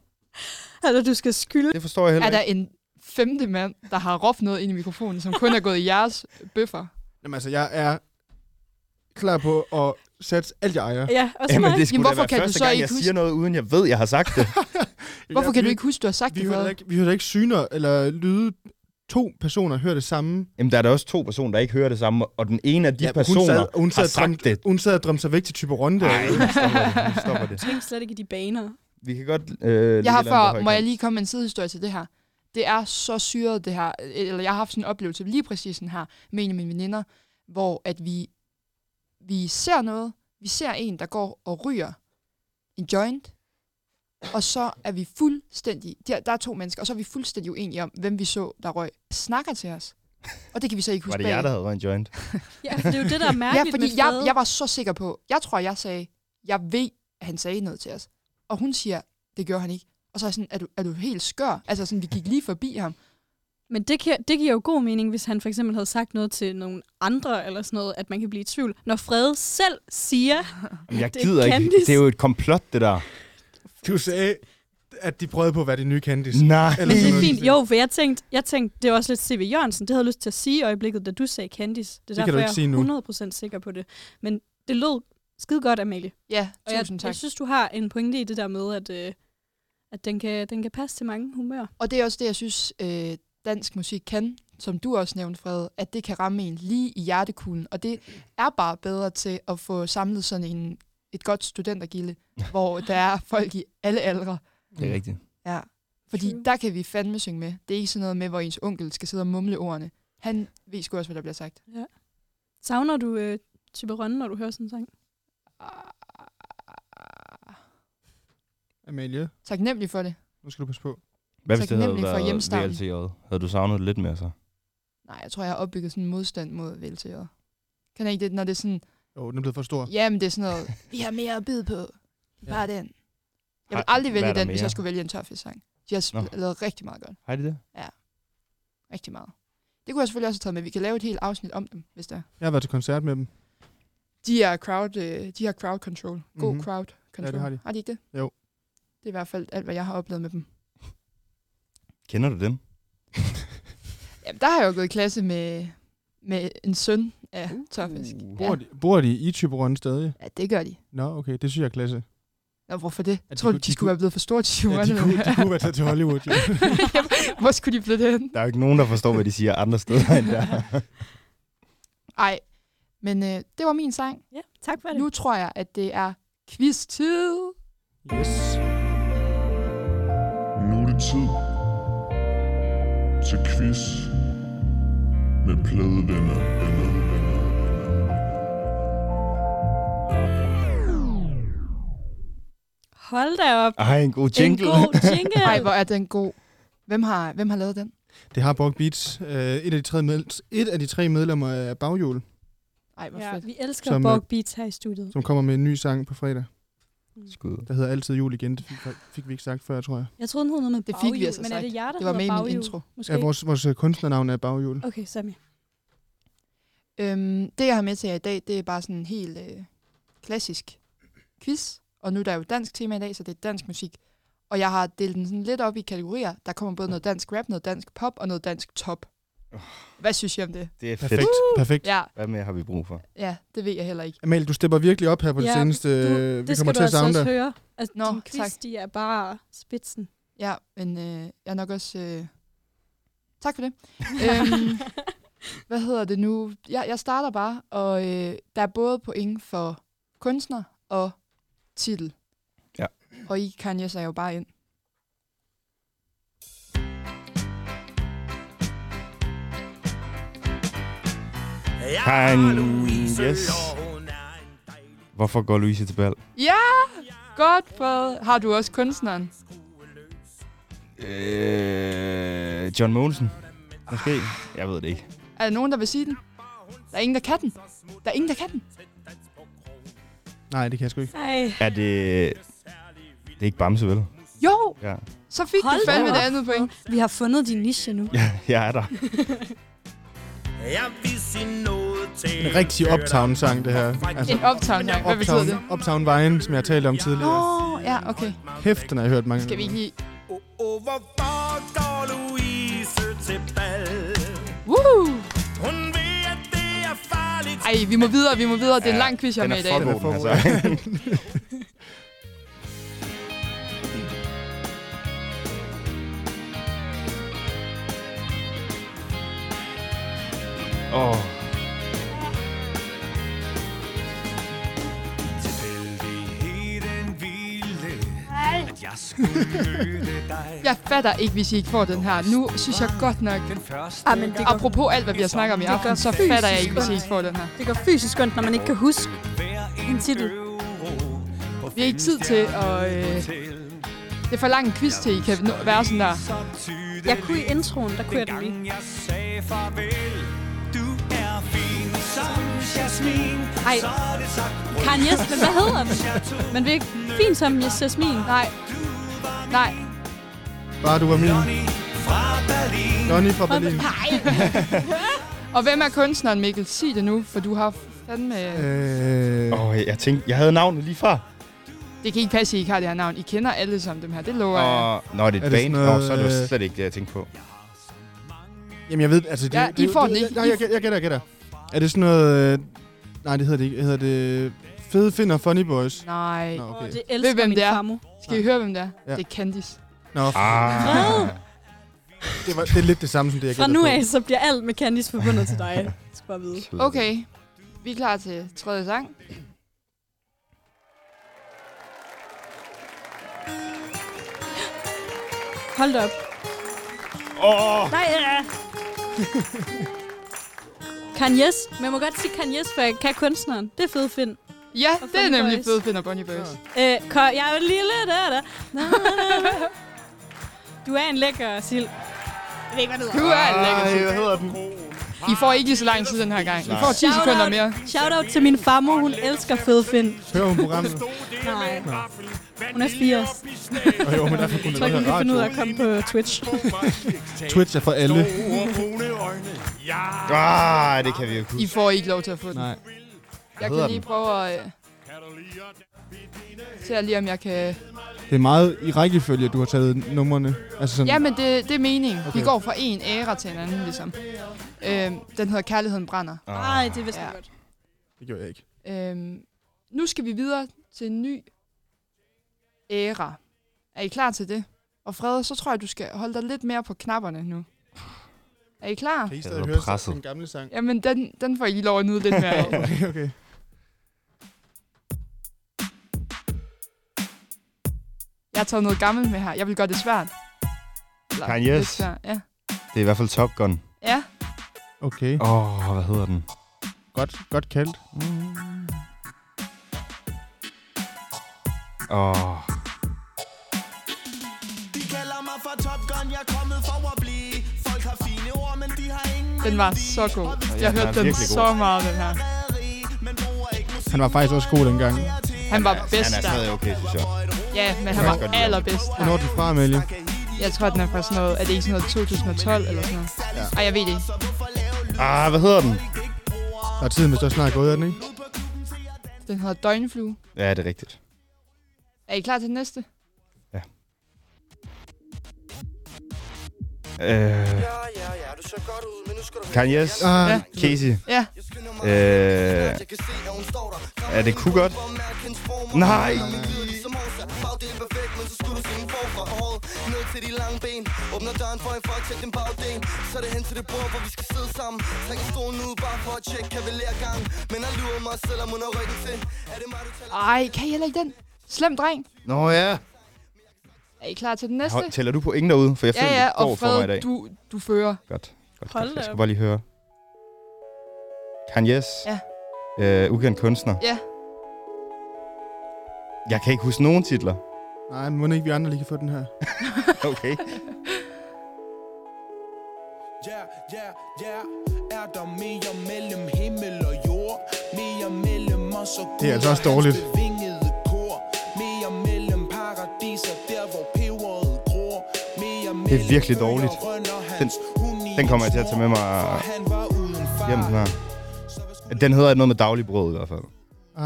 S8: Eller Altså, du skal skylde.
S9: Det forstår jeg heller
S6: Er der
S9: ikke.
S6: en femte mand, der har råbt noget ind i mikrofonen, som kun er gået i jeres bøffer?
S11: Jamen altså, jeg er klar på at satse alt, jeg ejer.
S8: Ja, også
S9: Jamen,
S8: mig.
S9: det skulle
S6: Jamen, hvorfor
S9: da være
S6: kan du
S9: første
S6: så
S9: gang,
S6: ikke
S9: jeg
S6: huske-
S9: siger noget, uden jeg ved, jeg har sagt det.
S6: Hvorfor
S11: Ja,
S6: kan
S11: vi-
S6: du ikke huske, du har sagt
S11: Vi
S6: det
S11: hørte da
S6: før?
S11: ikke, vi hørte da ikke syner eller lyde. To personer hører det samme.
S9: Jamen, der er der også to personer, der ikke hører det samme, og den ene af de ja,
S11: hun
S9: personer
S11: sad, hun sad
S9: har
S11: og drømte-
S9: sagt det.
S11: Hun sad og drømte sig væk til Typeronde.
S9: Nej, vi stopper det. Vi stopper det.
S8: Tænk slet ikke i de baner.
S9: Vi kan godt... Øh,
S6: Jeg har før, må jeg lige komme med en sidehistorie til det her. Det er så syret, det her. Eller jeg har haft sådan en oplevelse lige præcis sådan her med en af mine veninder, hvor at vi, vi ser noget, vi ser en, der går og ryger en joint, og så er vi fuldstændig, der, der er to mennesker, og så er vi fuldstændig uenige om, hvem vi så, der røg, snakker til os. Og det kan vi så ikke
S9: Var
S6: huske
S9: det jer, der
S6: bag.
S9: havde røget en joint?
S8: Ja, for det er jo det, der er
S6: Ja,
S8: mærkeligt
S6: fordi
S8: med
S6: jeg,
S8: Frede.
S6: jeg var så sikker på, jeg tror, jeg sagde, jeg ved, at han sagde noget til os. Og hun siger, det gjorde han ikke. Og så er jeg sådan, er du, er du helt skør? Altså sådan, vi gik lige forbi ham.
S8: Men det, kan, det giver jo god mening, hvis han for eksempel havde sagt noget til nogle andre, eller sådan noget, at man kan blive i tvivl. Når Frede selv siger,
S9: Jamen, jeg
S8: Det er
S9: gider ikke.
S8: Candice.
S9: Det er jo et komplot, det der.
S11: Du sagde, at de prøvede på at være de nye Candice.
S9: Nej.
S11: Eller
S8: men det
S11: noget
S8: er
S11: i den
S8: fint.
S11: stil.
S8: Jo, for jeg tænkte, jeg tænkte, det var også lidt C.V. Jørgensen, det havde jeg lyst til at sige i øjeblikket, da du sagde Candice. Det er
S11: Det kan du
S8: derfor,
S11: ikke sige nu.
S8: jeg er 100% sikker på det. Men det lød skide godt, Amalie.
S6: Ja,
S8: Og jeg,
S6: tusind tak.
S8: jeg synes, du har en pointe i det der med, at, øh, at den, kan, den kan passe til mange humør.
S6: Og det er også det, jeg synes, øh, dansk musik kan, som du også nævnte, Frede, at det kan ramme en lige i hjertekuglen. Og det er bare bedre til at få samlet sådan en, et godt studentergilde, hvor der er folk i alle aldre.
S9: Det er rigtigt.
S6: Ja. Fordi
S8: True.
S6: der kan vi fandme synge med. Det er ikke sådan noget med, hvor ens onkel skal sidde og mumle ordene. Han ved sgu også, hvad der bliver sagt.
S8: Savner du øh, type Rønne, når du hører sådan en sang?
S11: Amalie,
S6: Tak nemlig for det.
S11: nu skal du passe på.
S9: Hvad hvis det havde
S6: Taknemmelig for
S9: været
S6: hjemstavnen.
S9: VLTJ? Havde du savnet det lidt mere så?
S6: Nej, jeg tror, jeg har opbygget sådan en modstand mod VLT'et. Kan jeg ikke det, når det er sådan,
S11: Jo, den er blevet for stor.
S6: jamen det er sådan noget, vi har mere at byde på. Bare den. Jeg vil
S9: Har-
S6: aldrig vælge
S9: hvad er der
S6: den, hvis
S9: mere?
S6: jeg skulle vælge en tørfisk-sang. De har
S9: Nå.
S6: sp- lavet rigtig meget godt.
S9: Har de det?
S6: Rigtig meget. Det kunne jeg selvfølgelig også have taget med. Vi kan lave et helt afsnit om dem, hvis der.
S11: Jeg har været til koncert med dem.
S6: De er crowd, øh, de har crowd control. God
S11: Mhm.
S6: crowd control.
S11: det har de.
S6: Har de ikke det?
S11: Jo.
S6: Det er i hvert fald alt, hvad jeg har oplevet med dem.
S9: Kender du den?
S6: Jamen, der har jeg jo gået i klasse med, med en søn af
S8: Uh.
S6: tørfisk.
S4: Bor, Uh. de, bor de i Typerøn stadig?
S6: Ja, det gør de.
S4: Nå, okay, det synes jeg er klasse.
S6: Nå, hvorfor det?
S4: de
S6: Jeg tror, de,
S4: kunne- de
S6: de skulle være blevet for store til
S4: Ja, de,
S6: Chihuahua.
S4: kunne, de kunne være taget til Hollywood. Jo.
S6: Hvor skulle de flytte hen?
S9: Der er jo ikke nogen, der forstår, hvad de siger andre steder end der.
S6: Ej, men øh, det var min sang.
S8: Ja, tak for det.
S6: Nu tror jeg, at det er quiz-tid.
S4: Yes.
S13: Nu er det tid til quiz med pladevenner. venner, venner.
S8: Hold da op.
S9: Ej, en god
S8: jingle. En god jingle.
S6: Ej, hvor er den god. Hvem har, hvem har lavet den?
S4: Det har Borg Beats, øh, et, af de tre med, et af de tre medlemmer af Baghjul,
S6: Ej, hvor
S8: Ja,
S6: fedt.
S8: vi elsker
S4: Som,
S8: Som,
S4: øh,
S8: Borg Beats her i studiet.
S4: som kommer med en ny sang på fredag.
S9: Skud.
S4: Der hedder Altid Jul igen. Det fik, fik vi ikke sagt før, tror jeg.
S8: Jeg troede, den hed noget med
S6: Det fik vi
S8: baghjul,
S6: altså
S8: men er
S6: sagt.
S8: det jer, der
S6: Det var med i
S8: hedder
S6: min
S8: baghjul?
S6: intro.
S8: Måske.
S4: Ja, vores, vores øh, kunstnernavn er Baghjul.
S8: Okay, Sammy.
S6: Øhm, det, jeg har med til jer i dag, det er bare sådan en helt øh, klassisk quiz. Og nu er der jo dansk tema i dag, så det er dansk musik. Og jeg har delt den sådan lidt op i kategorier. Der kommer både noget dansk rap, noget dansk pop og noget dansk top. Hvad synes I om det?
S9: Det er fedt.
S4: Perfekt, perfekt.
S6: Ja,
S9: Hvad mere har vi brug for?
S6: ja det ved jeg heller ikke.
S4: Amal, du stepper virkelig op her på det seneste.
S8: du,
S4: øh,
S8: det
S4: vi kommer
S8: skal
S4: til
S8: du
S4: at
S8: altså
S4: savne
S8: også
S4: dig.
S8: høre. Altså,
S6: Nå,
S8: Nå, din quiz,
S6: tak.
S8: de er bare spidsen.
S6: Ja, men øh, jeg er nok også... Øh... Tak for det. øhm, hvad hedder det nu? Jeg, jeg starter bare, og øh, der er både point for kunstner og titel.
S9: Ja.
S6: Og I kan jeg sig jo bare ind.
S9: Kan, yes. Hvorfor går Louise til bal?
S6: Ja! Godt for... Har du også kunstneren?
S9: Øh, John Mogensen. Måske. Jeg ved det ikke.
S6: Er der nogen, der vil sige den? Der er ingen, der kan den. Der er ingen, der kan den.
S4: Nej, det kan jeg sgu ikke.
S8: Ej,
S9: Er det... Det er ikke Bamse, vel?
S6: Jo,
S9: Ja.
S6: så fik
S8: Hold
S6: du
S8: da
S6: fandme det
S8: op.
S6: andet point.
S8: vi har fundet din niche nu.
S9: Jeg er der.
S12: Jeg vil sige noget til
S4: En rigtig uptown-sang, det her. Altså,
S6: En optown. Hvad betyder
S4: uptown,
S6: det?
S4: uptown Vejen, som jeg har talt om tidligere.
S6: Åh, oh, ja, okay.
S4: Hæft, den har jeg hørt mange
S6: Skal vi ikke lige...
S12: Og hvorfor går Louise til bal?
S6: Woo!
S12: Hun ved, at det er farligt.
S6: Ej, vi må videre, vi må videre. Det er en
S9: Ja,
S6: lang quiz, jeg har
S9: Den
S6: med
S9: er
S6: i
S9: for
S6: dag.
S9: god, altså. den her sang. Åh,
S12: Tilfældigheden ville, at jeg skulle møde dig.
S6: Jeg fatter ikke, hvis I ikke får den her. Nu synes jeg godt nok...
S12: Den første
S8: Ah, men det går,
S6: Apropos alt, hvad vi har snakket om i aften, så fatter jeg ikke, hvis I ikke får den her.
S8: det går fysisk ondt, når man ikke kan huske
S12: hver
S8: en titel.
S6: Vi har ikke tid til at... Øh, det er for lang en quiz til, I kan nå, være sådan der.
S8: Jeg kunne i introen, der kunne jeg den lige.
S12: Jeg sagde farvel, du er fin som Jasmin.
S8: Ej, Kanye's, men hvad hedder den? Men det er ikke fint som Jes Jasmin.
S6: Nej. Nej.
S4: Bare du var min. Lonnie fra Berlin.
S6: Og hvem er kunstneren, Mikkel? Sig det nu, for du har fandme...
S4: Øh,
S9: Åh, jeg tænkte, jeg havde navnet lige før.
S6: Det kan ikke passe, at I ikke har det her navn. I kender alle sammen dem her. Det lover
S4: altså,
S6: jeg.
S9: Og, nå, det er
S4: Er det
S9: et band.
S4: sådan noget,
S9: Nå, så er det jo
S4: øh,
S9: slet ikke det, jeg tænkte på.
S4: Jamen, jeg ved, altså... Det,
S6: Ja,
S4: det,
S6: I
S4: det-
S6: får
S4: det,
S6: den ikke.
S4: Nej,
S6: I-
S4: jeg, jeg, jeg gætter, jeg gætter. Er det sådan noget... øh, Nej, det hedder det ikke. Hedder det Fede Finder Funny Boys?
S6: Nej.
S4: Nå, okay.
S8: Og det
S6: Ved,
S8: elsker
S6: hvem
S8: min
S6: det er?
S8: famo.
S6: Skal I høre, hvem det er?
S4: Ja.
S6: Det er Candice.
S4: Nå,
S9: Ah,
S4: det, var, det er lidt det samme, som det, jeg
S8: Fra
S4: gætter
S8: nu af, så bliver alt med Candice forbundet til dig. Jeg skal bare vide.
S6: Okay. Vi er klar til tredje sang.
S8: Hold da op.
S9: Åh,
S8: Nej, ja. Kanye's. Man må godt sige Kanye's, for jeg kan kunstneren. Det er fedt find.
S6: Ja,
S8: Og
S6: det er
S8: Funny
S6: nemlig
S8: Boys.
S6: Fede Finder Bonnie Boys.
S8: Øh, ko- jeg er jo lille, der, der. Na, na, na. Du er en lækker sild.
S6: Du er lækker.
S9: hvad hedder den?
S6: I får ikke lige så lang tid den her gang. I
S9: Nej.
S6: får 10 sekunder mere.
S8: Shout out til min farmor, hun elsker fede find.
S4: Hør om programmet.
S8: Nej. Hun er 80.
S4: Og jo, men derfor kunne det
S8: Jeg tror ikke,
S4: være
S8: hun kan finde ud af
S4: radio.
S8: at komme på Twitch.
S4: Twitch er for alle.
S9: Ah, det kan vi jo ikke
S6: I
S9: huske.
S6: får ikke lov til at få den.
S4: Nej.
S6: Jeg kan
S9: hedder
S6: lige
S9: den?
S6: prøve at... Øh, se lige, om jeg kan
S4: Det er meget i rækkefølge, du har taget numrene. Altså sådan,
S6: Ja, men det, det er meningen. Okay.
S4: Okay.
S6: Vi går fra en æra til en anden, ligesom. Øhm, den hedder Kærligheden brænder.
S8: Nej, det vidste jeg godt.
S4: Det gjorde jeg ikke.
S6: Øhm, nu skal vi videre til en ny æra. Er I klar til det? Og Frede, så tror jeg, du skal holde dig lidt mere på knapperne nu. Er I klar?
S4: Kan I stadig høre presset. den gamle sang?
S6: Jamen, den, den får I lige lov at nyde lidt mere af.
S4: okay, okay.
S6: Jeg har taget noget gammelt med her. Jeg vil gøre det svært. Eller
S9: Kanye's.
S6: lidt svært, Ja.
S9: Det er i hvert fald Top Gun.
S6: ja.
S4: Okay.
S9: Åh, oh, hvad hedder den?
S4: Godt, godt kaldt.
S9: Åh, oh,
S3: De kalder mig for Top Gun, jeg er kommet for at blive. Folk har fine ord, men de har ingen
S6: Den var så god.
S4: Ja,
S6: Jeg
S4: den er
S6: hørte den
S4: virkelig god.
S6: så meget, den her.
S4: Han var faktisk også god dengang.
S6: Han var bedst der.
S9: okay, synes jeg.
S6: Ja, men
S4: Jeg
S6: han var
S4: kan godt lide ham.
S6: allerbedst.
S4: Hvornår er du fra, Amalie?
S6: Jeg tror, den er fra sådan noget, er det ikke sådan noget 2012 eller sådan noget?
S9: Ja.
S6: Ej, jeg ved det ikke.
S9: Ah, hvad hedder den?
S4: Der er tiden, hvis der snart er gået, er den ikke?
S6: Den hedder Døgnflue.
S9: Ja, det er rigtigt.
S6: Er I klar til den næste?
S9: Øh, Kanye's,
S3: Ah. Ja.
S9: Casey.
S3: Ja.
S9: Øh, er det kunne godt? Nej!
S3: Ned til de lange ben Åbner døren for en for at tjekke den bagdel Så er det hen til det bord, hvor vi skal sidde sammen Trækker stolen ud bare for at tjekke kavalergang Men han lurer mig, selvom hun har ryggen til Er det mig, du taler
S6: Ej, kan I heller ikke den? Slem dreng.
S9: Nå ja.
S6: Er I klar til den næste?
S9: Hov, Tæller du point derude? For jeg
S6: Ja,
S9: føler,
S6: ja,
S9: det går
S6: og
S9: for mig i
S6: Fred,
S9: dag.
S6: du, du fører.
S9: Godt. godt,
S6: Hold
S9: godt. Jeg
S6: da op.
S9: skal bare lige høre. Kanye's.
S6: Ja.
S9: Øh, ukendt kunstner.
S6: Ja,
S9: Jeg kan ikke huske nogen titler.
S4: Nej, men må ikke vi andre lige kan få den her?
S9: okay.
S14: Ja, ja, ja. Er der mere mellem himmel og jord? Mere mellem os og Gud
S4: Det er altså
S14: og
S4: også
S14: hans
S4: dårligt.
S14: bevingede kor. Mere mellem paradiser, der hvor peberet gror. Mere
S9: Det er virkelig dårligt. Den, den kommer jeg til at tage med mig hjem den her. Den hedder noget med dagligbrød i hvert fald.
S4: Ah.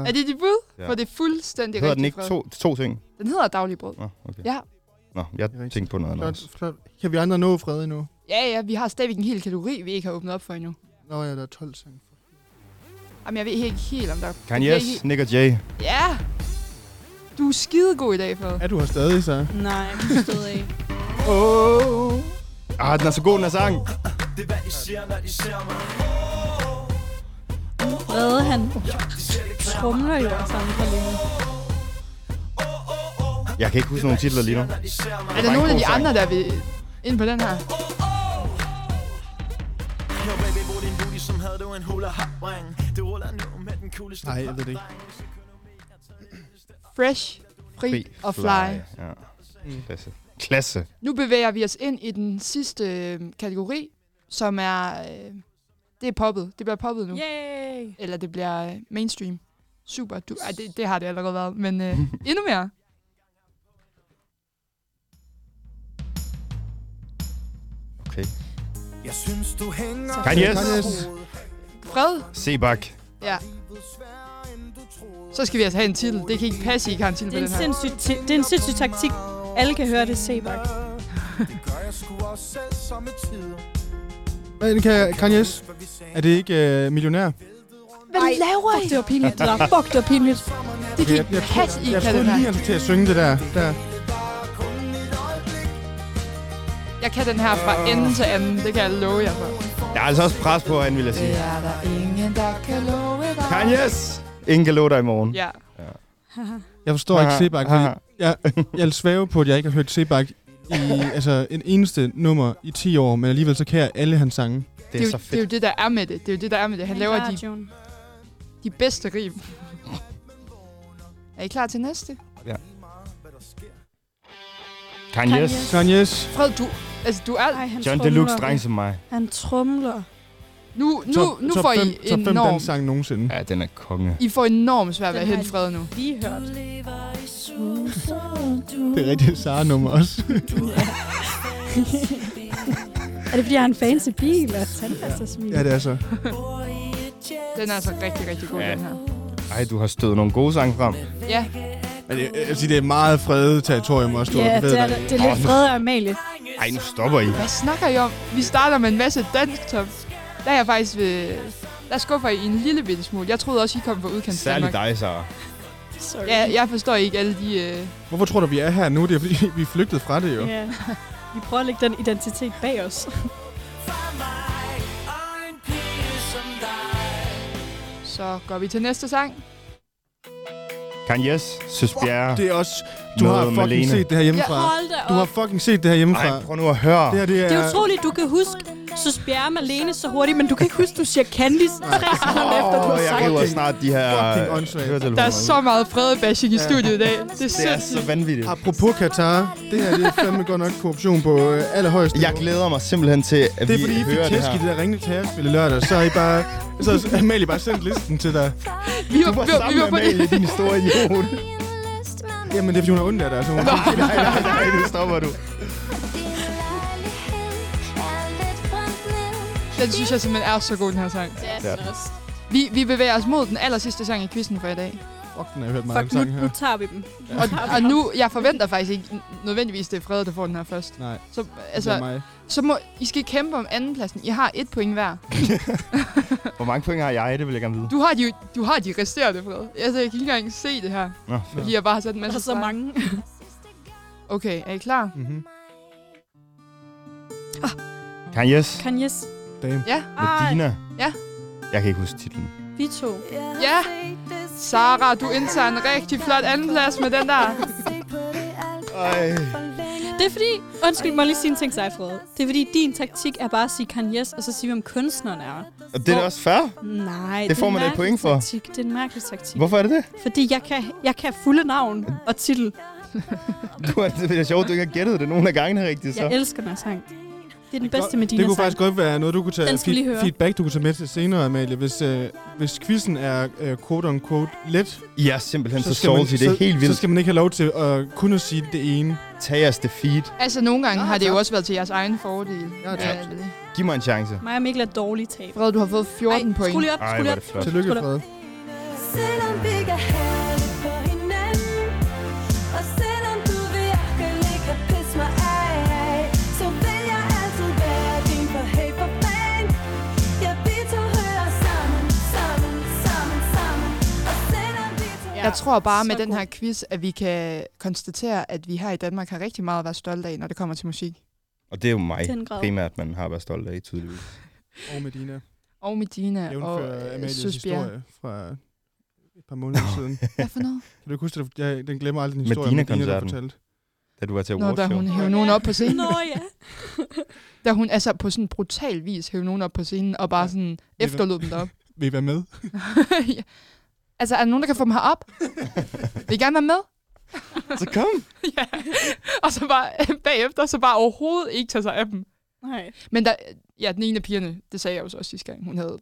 S6: er det dit bud?
S9: Ja.
S6: For det er fuldstændig
S9: hedder
S6: rigtigt,
S9: den ikke
S6: Fred.
S9: to, to ting?
S6: Den hedder Dagligbrød.
S9: Nå, okay.
S6: Ja.
S9: Nå, jeg tænkte på noget andet.
S4: Flot, flot. Kan vi andre nå fred endnu?
S6: ja, ja, vi har stadigvæk en hel kategori, vi ikke har åbnet op for endnu.
S4: Nå ja, der er 12 sange.
S6: Jamen, jeg ved ikke helt, om der...
S9: Kanye's, Nick og Jay.
S6: Ja! Du er skidegod i dag, Fred.
S4: Er du her stadig, så?
S8: Nej, du stod af.
S9: Oh. Ah, den er så god, den her sang.
S3: Det er hvad I siger, når I ser mig
S8: Brede, han trumler jo også sammen for længe.
S9: Jeg kan ikke huske nogen titler lige nu.
S6: Er der nogen af de andre, øh, der vil ind på den her?
S3: Yo baby, brug din booty, som havde du en hula hop ring Det ruller nu med den cooleste
S4: Nej, jeg ved det ikke.
S6: Fresh, fri, fri og fly. fly.
S9: Ja. Klasse. Klasse.
S6: Nu bevæger vi os ind i den sidste øh, kategori, som er... Øh, det er poppet. Det bliver poppet nu.
S8: Yay!
S6: Eller det bliver øh, mainstream. Super. Du, ej, det, det har det allerede været, men øh, endnu mere.
S9: Okay.
S3: Jeg synes, du hænger
S9: Kanye's.
S6: Fred.
S9: Sebak.
S6: Ja. Så skal vi altså have en titel. Det kan ikke passe, I ikke har en titel
S8: Det er
S6: på
S8: en
S6: den her.
S8: sindssyg, ti- det er en sindssyg taktik. Alle kan høre det, Sebak.
S4: Hvad er det, kan Kanye's? Er det ikke øh, millionær?
S6: Hvad laver I?
S8: Det var pinligt. Det var fuck, det var pinligt.
S6: Det
S4: kan ikke
S6: passe, I
S4: Jeg
S6: kan
S4: troede
S6: det
S4: lige,
S6: her.
S4: han skulle til at synge det der. der.
S6: Jeg kan den her fra ende til anden. Det kan jeg love jer for.
S9: Der er altså også pres på, han vil jeg sige.
S6: Det er der ingen, der kan love dig.
S9: Kanye's. Ingen kan love dig i morgen.
S6: Ja.
S4: Jeg forstår ikke
S9: Haha,
S4: Sebak,
S9: haha.
S4: fordi jeg, jeg vil svæve på, at jeg ikke har hørt Sebak i altså, en eneste nummer i 10 år, men alligevel så kan jeg alle hans sange.
S6: Det er, jo, det er jo det, der er med det. Det er jo det, der er med det. Han
S8: Han
S6: laver
S8: klarer
S6: de, de bedste rim. er I klar til næste?
S9: Kanye's.
S4: Kanye's.
S6: Fred, du, altså, du er... Ej,
S8: han
S9: John Deluxe, dreng som mig.
S8: Han trumler.
S6: Nu, nu,
S4: Top-
S6: nu
S4: top
S6: får I
S4: fem- top fem
S6: enormt...
S4: danssang nogensinde.
S9: Ja, den er konge.
S6: I får enormt svært ved at
S8: Den har
S6: hente Fred nu.
S8: Lige hørt.
S4: Det er rigtigt Sara-nummer også.
S8: er det, fordi jeg har en fancy bil og tandpastersmil?
S4: ja, det er så.
S6: Den er altså rigtig, rigtig god,
S9: Ja.
S6: den her.
S9: Ej, du har stødt nogle gode sange frem.
S6: Ja.
S4: Men jeg, jeg vil sige, det er meget fredet territorium også. du
S8: Ja,
S4: ved
S8: det er,
S4: da.
S8: det er lidt
S4: Åh, nu-
S8: Frede og Amalie.
S9: Ej, nu stopper I.
S6: Hvad snakker I om? Vi starter med en masse dansk top. Der er jeg faktisk ved... Der skuffer I en lille bitte smule. Jeg troede også, I kom fra udkants
S9: Særligt dig, Sara.
S8: Sorry.
S6: Ja, jeg forstår ikke alle de... Øh...
S4: Hvorfor tror du, vi er her nu? Det er fordi, vi er flygtet fra det jo.
S8: Ja. Vi prøver at lægge den identitet bag os.
S6: Så går vi til næste sang.
S9: Kanyes, Søs Bjerre.
S4: Det er også... Du har fucking set det her hjemmefra.
S8: Ja, hold da op.
S4: du har fucking set det her hjemmefra.
S9: Ej, prøv nu at høre.
S4: Det her, det er...
S8: Det er utroligt, du kan huske Søs Bjerre Malene så hurtigt, men du kan ikke huske, du siger Candice 60 sekunder efter,
S9: Åh,
S8: du har
S9: jeg
S8: sagt
S9: river
S8: det.
S9: snart de her
S4: Fucking
S9: øh,
S4: åndssvagt.
S9: høretelefoner
S6: Der er
S9: ud.
S6: så meget fredebashing i
S4: Ja.
S6: studiet i dag. Det er
S9: Det er så
S6: sindssygt.
S9: vanvittigt.
S4: Apropos Katar, det her det er fandme godt nok korruption på øh, allerhøjeste
S9: Jeg glæder mig simpelthen til, at
S4: Det er
S9: vi
S4: fordi, I fik
S9: hører det
S4: tæsk i
S9: her.
S4: det der ringe kaosspil i lørdag, så har I bare... Så har Amalie bare sendt listen til dig.
S6: Vi var,
S9: Du var sammen med Amalie, din store idiot.
S4: Jamen, det er fordi, hun har ondt af dig, så hun...
S9: Nej, nej, nej, nej, nu stopper du.
S6: Den synes jeg simpelthen er så god, den her sang.
S8: Ja,
S9: det er den
S6: Vi, vi bevæger os mod den aller sidste sang i quizzen for i dag.
S4: Fuck, den har jeg hørt meget om
S8: Fuck, nu,
S4: sangen her.
S8: nu tager vi dem. Nu
S6: Og,
S8: tager vi
S6: og
S8: dem.
S6: nu, jeg forventer faktisk ikke nødvendigvis, det er Frede, der får den her først.
S4: Nej,
S6: Så,
S4: det er
S6: altså,
S4: mig.
S6: så må, I skal kæmpe om andenpladsen. I har et point hver.
S9: Hvor mange point har jeg? Det vil jeg gerne vide.
S6: Du har de, du har de resterende, Frede. Altså, jeg kan ikke engang se det her,
S9: Nå,
S6: fordi jeg bare har sat en
S8: Der
S6: masse
S8: er så
S6: streger.
S8: mange.
S6: Okay, er I klar?
S4: Mhm.
S9: Kanyes
S8: Kanyes,
S4: Damn.
S6: Ja.
S9: med Dina.
S6: Ja.
S9: Jeg kan ikke huske titlen.
S8: vi to.
S6: Ja. Sara, du indtager en rigtig flot andenplads med den der.
S9: Ej.
S8: Det er fordi, undskyld, må jeg lige sige en ting til dig, Frede. Det er fordi, din taktik er bare at sige Kanyes, og så sige, hvem kunstneren er.
S9: Og det er da også fair.
S8: Nej,
S9: Det
S8: er
S9: får
S8: en
S9: man da et
S8: mærkelig
S9: point for.
S8: Taktik. Det er en mærkelig taktik.
S9: Hvorfor er det det?
S8: Fordi jeg kan, jeg kan fulde navn og titel.
S9: Du er, det er sjovt, du ikke har gættet det nogen af gangene rigtigt, så.
S8: Jeg elsker den her sang. Det er den bedste med
S4: Det
S8: dine
S4: kunne
S8: sang.
S4: faktisk godt være noget, du kunne tage
S8: Den skal vi lige
S4: feed,
S8: høre.
S4: feedback, du kunne tage med til senere, Amalie. Hvis, øh, hvis quizzen er øh, quote-unquote let,
S9: I er simpelthen så, så salty. Det er helt
S4: så
S9: vildt.
S4: skal man ikke have lov til at kun at sige det ene.
S9: Tag jeres defeat.
S6: Altså, nogle gange
S4: Nå,
S6: har det jo
S4: tak.
S6: også været til jeres egen fordel.
S4: Ja, tak.
S6: det er det.
S9: Giv mig en chance.
S8: Mig og Mikkel er dårlige tab.
S6: Frede, du har fået 14
S8: Ej,
S6: point.
S8: skru lige op,
S9: Ej, hvor
S8: skru lige
S9: er
S8: op.
S9: det flot.
S4: Tillykke,
S8: Skål.
S4: Frede.
S15: Selvom vi kan have det på hinanden Og selvom du virkelig ikke kan pisse mig af Så vil jeg altid være din for hey for fan Ja, vi to hører sammen, sammen, sammen, sammen Og selvom vi to
S6: Jeg tror bare med den her quiz, at vi kan konstatere, at vi her i Danmark har rigtig meget at være stolte af, når det kommer til musik.
S9: Og det er jo mig
S8: Den grad.
S9: primært, man har været stolt af, tydeligvis.
S4: Og Medina.
S6: Og Medina og
S4: Jævnfører
S6: øh,
S4: Amalies
S6: Søs Bjerre.
S4: historie fra et par måneder siden.
S6: Hvad for noget?
S4: Kan du ikke huske, det? jeg, den glemmer aldrig den historie, om Medina, der
S9: Medina-koncerten.
S4: fortalte.
S9: Da du var til
S6: Nå, da
S9: awardshow.
S6: hun hævde nogen op på scenen.
S8: Nå ja.
S6: Da hun altså på sådan brutal vis hævde nogen op på scenen og bare sådan
S4: ved-
S6: efterlod dem derop.
S4: Vil I være med?
S6: ja. Altså, er der nogen, der kan få dem herop? Vil I gerne være med?
S9: Så kom!
S6: ja. Og så bare bagefter, så bare overhovedet ikke tage sig af dem.
S8: Nej.
S6: Men der, ja, den ene af pigerne, det sagde jeg jo så også sidste gang, hun havde,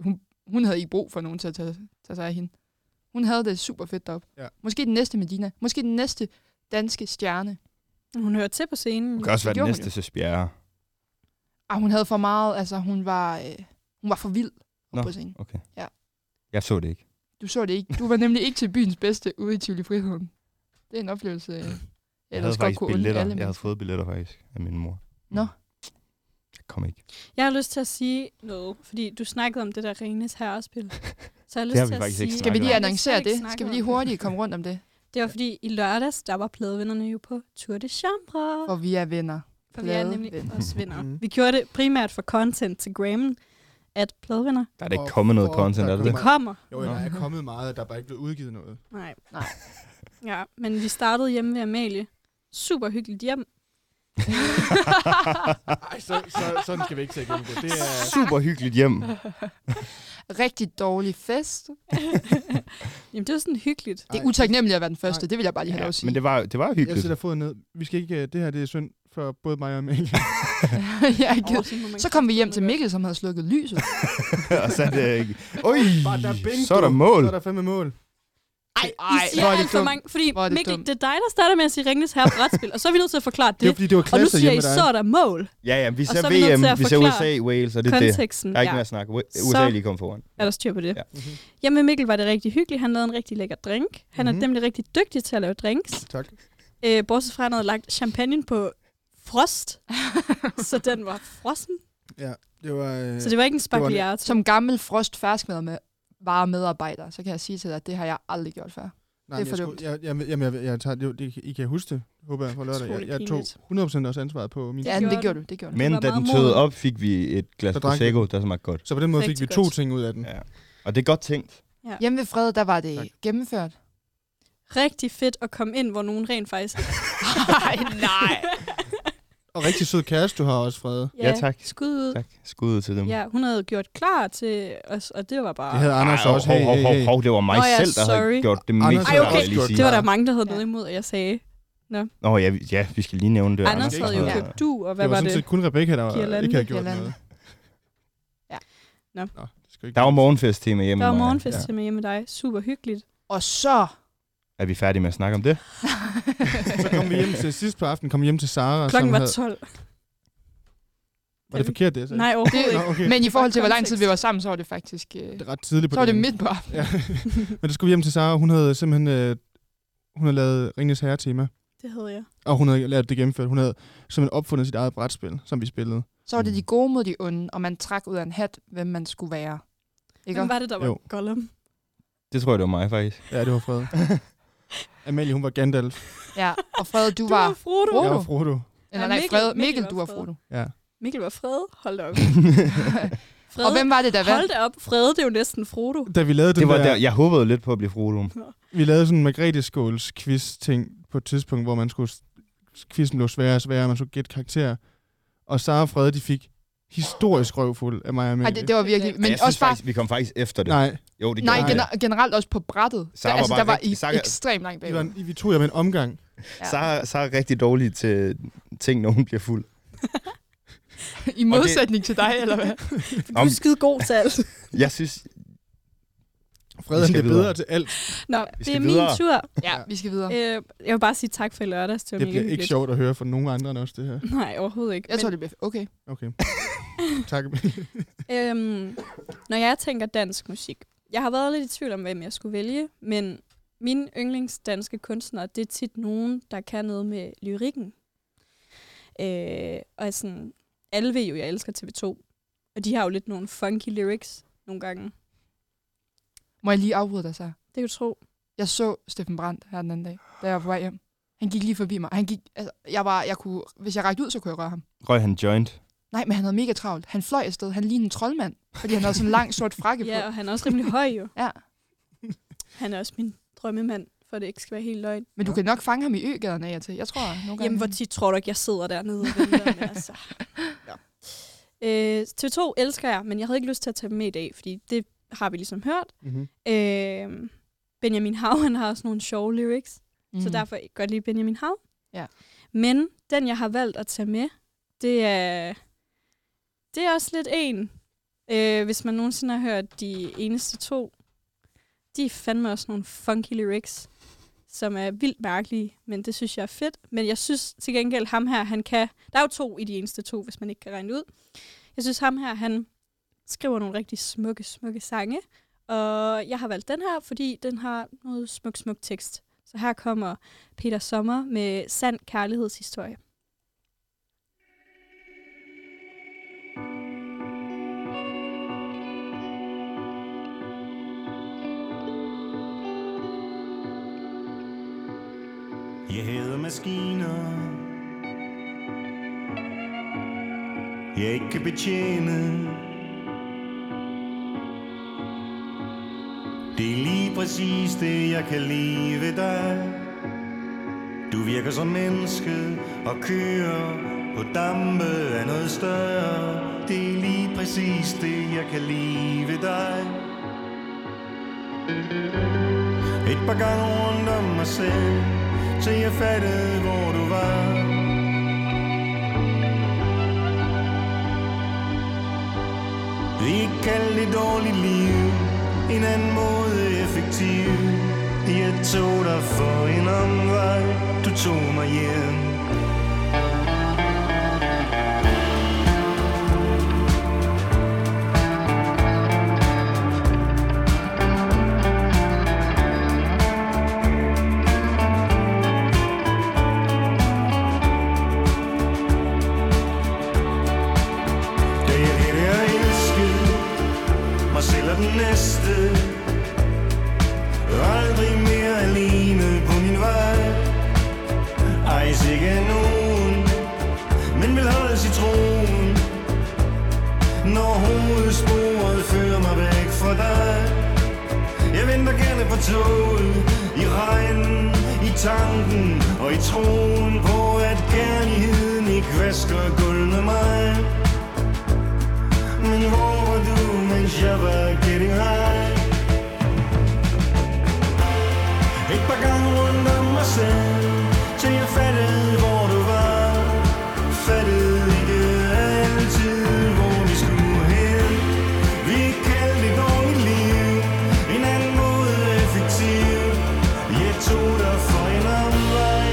S6: hun, hun havde ikke brug for nogen til at tage, tage sig af hende. Hun havde det super fedt deroppe.
S4: Ja.
S6: Måske den næste Medina. Måske den næste danske stjerne.
S8: Hun hører til på scenen.
S9: Du kan også være den
S6: gjorde man
S9: næste Søs Bjerre.
S6: Ah, hun havde for meget, altså hun var, øh, hun var for vild
S9: Nå.
S6: på scenen.
S9: Okay.
S6: Ja.
S9: Jeg så det ikke.
S6: Du så det ikke. Du var nemlig ikke til byens bedste ude i Tivoli Friheden. Det er en oplevelse, jeg
S9: Jeg
S6: ellers
S9: havde
S6: godt
S9: faktisk
S6: kunne unde
S9: billetter.
S6: alle
S9: Jeg havde
S6: mennesker.
S9: fået billetter faktisk af min mor.
S6: Nå.
S9: Jeg kom ikke.
S8: Jeg har lyst til at sige noget, fordi du snakkede om det der Renes herrespil. Så jeg har lyst
S9: Det har vi
S8: til at
S9: faktisk
S8: sige...
S9: ikke
S6: Skal vi lige
S9: Nej,
S6: annoncere
S8: ikke
S6: det?
S8: snakke
S6: Skal vi
S8: om
S6: lige hurtigt komme rundt om det?
S8: Det var fordi, i lørdags, der var pladevinderne jo på Tour de Chambre.
S6: For vi er venner.
S8: For vi er nemlig
S6: pladevenner.
S8: også vinder.
S4: Mhm.
S8: Vi gjorde det primært for content til Grammen, at pladevinder
S9: Der er da ikke
S4: Og
S9: kommet noget
S4: for-
S9: content,
S4: der
S9: er det
S4: kommer-
S9: det?
S8: kommer.
S4: Jo, der er kommet meget, der er bare ikke blevet udgivet noget.
S8: Nej.
S6: Nej.
S8: Ja, men vi startede hjemme ved Amalie. Super hyggeligt hjem.
S4: Ej, så, så, sådan skal vi ikke tage igennem det. Det er...
S9: Super hyggeligt hjem.
S6: Rigtig dårlig fest.
S8: Jamen, det var sådan hyggeligt.
S6: Det er
S4: Ej.
S6: utaknemmeligt at være den første. Det vil jeg bare lige have
S9: Ja,
S6: lov at sige.
S9: men det var, det var jo
S4: Jeg
S9: hyggeligt.
S4: sætter foden ned. Vi skal ikke... øh, Det her, det er synd for både mig og Amalie.
S6: jeg er ked.
S8: Oversiden, hvor man
S6: Så
S8: kan-
S6: kom vi hjem til Mikkel, som havde slukket lyset.
S9: og så er det ikke. Oj,
S4: Bare der er bingo.
S9: så er der mål.
S4: Så er der fandme mål.
S8: Ej,
S6: Ej,
S8: I siger
S6: hvor er det
S8: alt for
S6: dumt.
S8: mange. Fordi
S6: Hvor er det
S8: Mikkel,
S6: dumt.
S8: det er dig, der starter med at sige Ringnes Herre brætspil, og så er vi nødt til at forklare det.
S9: Det er jo, fordi det var
S8: og nu
S9: klasse
S8: siger I,
S9: hjemme ved dig.
S8: så er der mål.
S9: Ja, ja, vi
S8: Og
S9: ser
S8: så er vi nødt til
S9: VM,
S8: at
S9: vi ser
S8: forklare
S9: USA, Wales, og det er
S8: konteksten,
S9: det. Der er ikke
S8: ja.
S9: mere at snakke. USA
S8: Så-
S9: er lige kommet foran.
S8: Er der styr på det?
S9: Ja.
S8: Ja. Hjemme med Mikkel var det rigtig hyggeligt. Han lavede en rigtig lækker drink. Han mm-hmm.
S9: Mhm.
S8: er nemlig rigtig dygtig til at lave drinks.
S4: Tak.
S8: Øh, bortset fra, at han havde lagt champagne på frost. så den var frossen.
S4: Ja, det var... Øh,
S8: Så det var ikke en
S4: det var
S8: spagliato.
S6: Som gammel frost ferskmad med bare medarbejder, så kan jeg sige til dig, at det har jeg aldrig gjort før.
S4: Nej,
S6: det er for
S4: jeg
S6: dumt.
S4: Skulle, jeg, jamen, jamen, jeg, jeg tager, det, det, I kan huske det, håber jeg, på lørdag. Jeg,
S6: Utrolig
S4: jeg tog
S6: pinligt.
S4: 100% også ansvaret på min
S6: Ja, men det gjorde du, det gjorde du.
S9: Men da den tøede op, fik vi et glas
S4: Så drak vi.
S9: Prosecco, der smagte godt.
S4: Så på den måde fik
S6: Rigtig
S4: vi to
S6: godt.
S4: ting ud af den.
S9: Ja. Og det er godt tænkt.
S8: Ja.
S6: Hjemme ved Fred, der var det gennemført.
S8: Rigtig fedt at komme ind, hvor nogen rent faktisk...
S6: nej, nej.
S4: Og rigtig sød kæreste, du har også, Frede.
S8: Ja, Ja, tak. skud ud.
S9: Tak. Skud ud til dem.
S8: Ja, hun havde gjort klar til os, og det var bare...
S9: Det havde Anders Ej, også. hov, hov, hov, hov, det var mig
S8: Nå ja,
S9: selv, der havde
S8: sorry.
S9: gjort det mest,
S8: Ej,
S9: vil jeg
S8: okay.
S9: lige sige.
S8: Det var der mange, der havde noget imod, at jeg sagde. Nå.
S9: Nå ja, vi- ja, vi skal lige nævne det.
S8: Anders havde jo købt du, og hvad
S4: det var
S8: var
S4: sådan
S8: det?
S4: set kun Rebecca, der
S8: Girlande.
S4: ikke havde gjort
S8: Girlande.
S4: noget.
S8: Ja. Nå.
S9: Der var morgenfest tema hjemme.
S8: Der var
S9: Maja.
S8: morgenfest til med hjemme med dig. Super hyggeligt.
S6: Og så...
S9: Er vi færdige med at snakke om det?
S4: Så kom vi hjem til sidst på aftenen, kom hjem til Sara.
S8: Klokken
S4: som
S8: var
S4: havde-
S8: 12.
S4: Var det forkert, det jeg sagde?
S8: Nej, overhovedet
S4: Nå,
S8: ikke.
S4: okay.
S6: Men i forhold til, hvor lang tid vi var sammen, så var det faktisk... Øh, det
S4: er ret tidligt på
S6: Så var det
S4: dagen.
S6: midt på aftenen.
S4: Ja. Men der skulle vi hjem til Sara, hun havde simpelthen øh, hun havde lavet Ringens Herre-tema.
S8: Det havde jeg.
S4: Og hun havde lavet det gennemført. Hun havde simpelthen opfundet sit eget brætspil, som vi spillede.
S6: Så var det
S9: Mm.
S6: de gode mod de onde, og man trak ud af en hat, hvem man skulle være. Ikke?
S8: Hvem var det, der var
S4: Jo.
S8: Gollum?
S9: Det tror jeg, det var mig faktisk.
S4: Ja, det var Fred. Amalie, hun var Gandalf.
S6: Ja, og Fred, du, du
S8: var
S6: var...
S8: Frodo.
S4: Jeg var Frodo.
S6: Eller
S8: Nej,
S6: nej,
S8: Mikkel-
S6: Fred,
S8: Mikkel
S6: Mikkel,
S8: var
S6: du var
S8: Fred.
S6: Frodo.
S4: Ja.
S8: Mikkel var Fred. Hold da op. Fred.
S6: Og hvem var det, der vandt?
S8: Hold da op. Fred, det er jo næsten Frodo.
S4: Da vi lavede den
S9: Det var
S4: der,
S9: der, jeg håbede lidt på at blive Frodo.
S4: Vi lavede sådan en Margrethe Skåls quiz-ting på et tidspunkt, hvor man skulle... Quizzen blev sværere og sværere, og man skulle gætte karakterer. Og Sara og Frede, de fik historisk røvfuld af mig og Amalie.
S6: Ej, det, det var virkelig... Men
S9: jeg
S6: også
S9: synes
S6: bare...
S9: faktisk, vi kom faktisk efter det.
S4: Nej.
S9: Jo, det
S6: nej,
S9: gjorde vi.
S6: gener- generelt også på brættet.
S9: Sara var
S6: altså,
S9: bare
S6: der var
S9: rigtig-
S6: I
S9: Sara-
S6: ekstremt langt
S4: I, var,
S6: bagud.
S4: en- I vi tog jer med en omgang.
S6: Ja.
S9: Sara, Sara er rigtig dårlig til ting, når hun bliver fuld.
S6: I modsætning til dig, eller hvad?
S8: Du er skide god til alt.
S9: Jeg synes...
S4: Fred,
S9: Vi
S4: han bliver
S9: skal videre.
S4: bedre til alt.
S8: Nå,
S9: Vi
S8: det
S9: skal
S8: er min
S9: videre.
S8: tur.
S6: Ja, vi skal videre.
S8: Øh, jeg vil bare sige tak for i lørdags. Det var
S4: Det
S8: mega
S4: bliver ikke
S8: hyggeligt.
S4: sjovt at høre fra nogen andre end os, det her.
S8: Nej, overhovedet ikke.
S6: Jeg tror, det bliver okay.
S4: Okay. tak.
S8: Øhm, når jeg tænker dansk musik, jeg har været lidt i tvivl om, hvem jeg skulle vælge, men mine yndlingsdanske kunstnere, det er tit nogen, der kan noget med lyrikken. Øh, og sådan, alle ved jo, jeg elsker TV2, og de har jo lidt nogle funky lyrics nogle gange.
S6: Må jeg lige afbryde dig så? Det
S8: kan du tro.
S6: Jeg så Steffen Brandt her den anden dag, da jeg var på vej hjem. Han gik lige forbi mig. Han gik, altså, jeg var, jeg kunne, hvis jeg rækte ud, så kunne jeg røre ham.
S9: Røg han joint?
S6: Nej, men han havde mega travlt. Han fløj afsted. Han lignede en troldmand, fordi han havde sådan en lang sort frakke på.
S8: Ja, og han er også rimelig høj jo.
S6: ja.
S8: Han er også min drømmemand, for det ikke skal være helt løgn.
S6: Men du kan nok fange ham i øgaderne af og til. Jeg tror, nogle gange...
S8: Jamen, hvor tit tror du ikke, jeg sidder dernede og venter, men altså. Nå. Øh, TV2 elsker jeg, men jeg havde ikke lyst til at tage dem med i dag, fordi det har vi ligesom hørt.
S4: Mhm.
S8: Øh, Benjamin Hav, han har også nogle sjove lyrics, mm. så
S6: Mhm.
S8: derfor kan jeg godt lide Benjamin Hav.
S6: Ja.
S8: Men den, jeg har valgt at tage med, det er, det er også lidt en. Øh, hvis man nogensinde har hørt de eneste to, de er fandme også nogle funky lyrics, som er vildt mærkelige, men det synes jeg er fedt. Men jeg synes til gengæld, ham her, han kan... Der er jo to i de eneste to, hvis man ikke kan regne det ud. Jeg synes, ham her, han skriver nogle rigtig smukke, smukke sange. Og jeg har valgt den her, fordi den har noget smuk, smuk tekst. Så her kommer Peter Sommer med Sand Kærlighedshistorie.
S16: Jeg hader maskiner Jeg ikke kan betjene Det er lige præcis det jeg kan lide ved dig Du virker som menneske Og kører på dampe af noget større Det er lige præcis det jeg kan lide ved dig et par gange rundt om mig selv Til jeg fattede, hvor du var Vi kan kalde det dårligt liv En anden måde effektiv i et tog, der for en omvej Du tog mig hjem Da jeg lærte at elske mig selv og den næste Aldrig mere alene på min vej Ej, sikke nogen Men vil holde sig troen Når hovedsporet fører mig væk fra dig Jeg venter gerne på toget I regnen, i tanken og i troen på At kærligheden ikke vasker gulvet med mig men hvor var du, mens jeg var getting high? Et par gange rundt om mig selv Til jeg fattede, hvor du var Fattede ikke altid, hvor vi skulle hen Vi kaldte det dårligt liv En anden måde effektiv Jeg tog dig for en omvej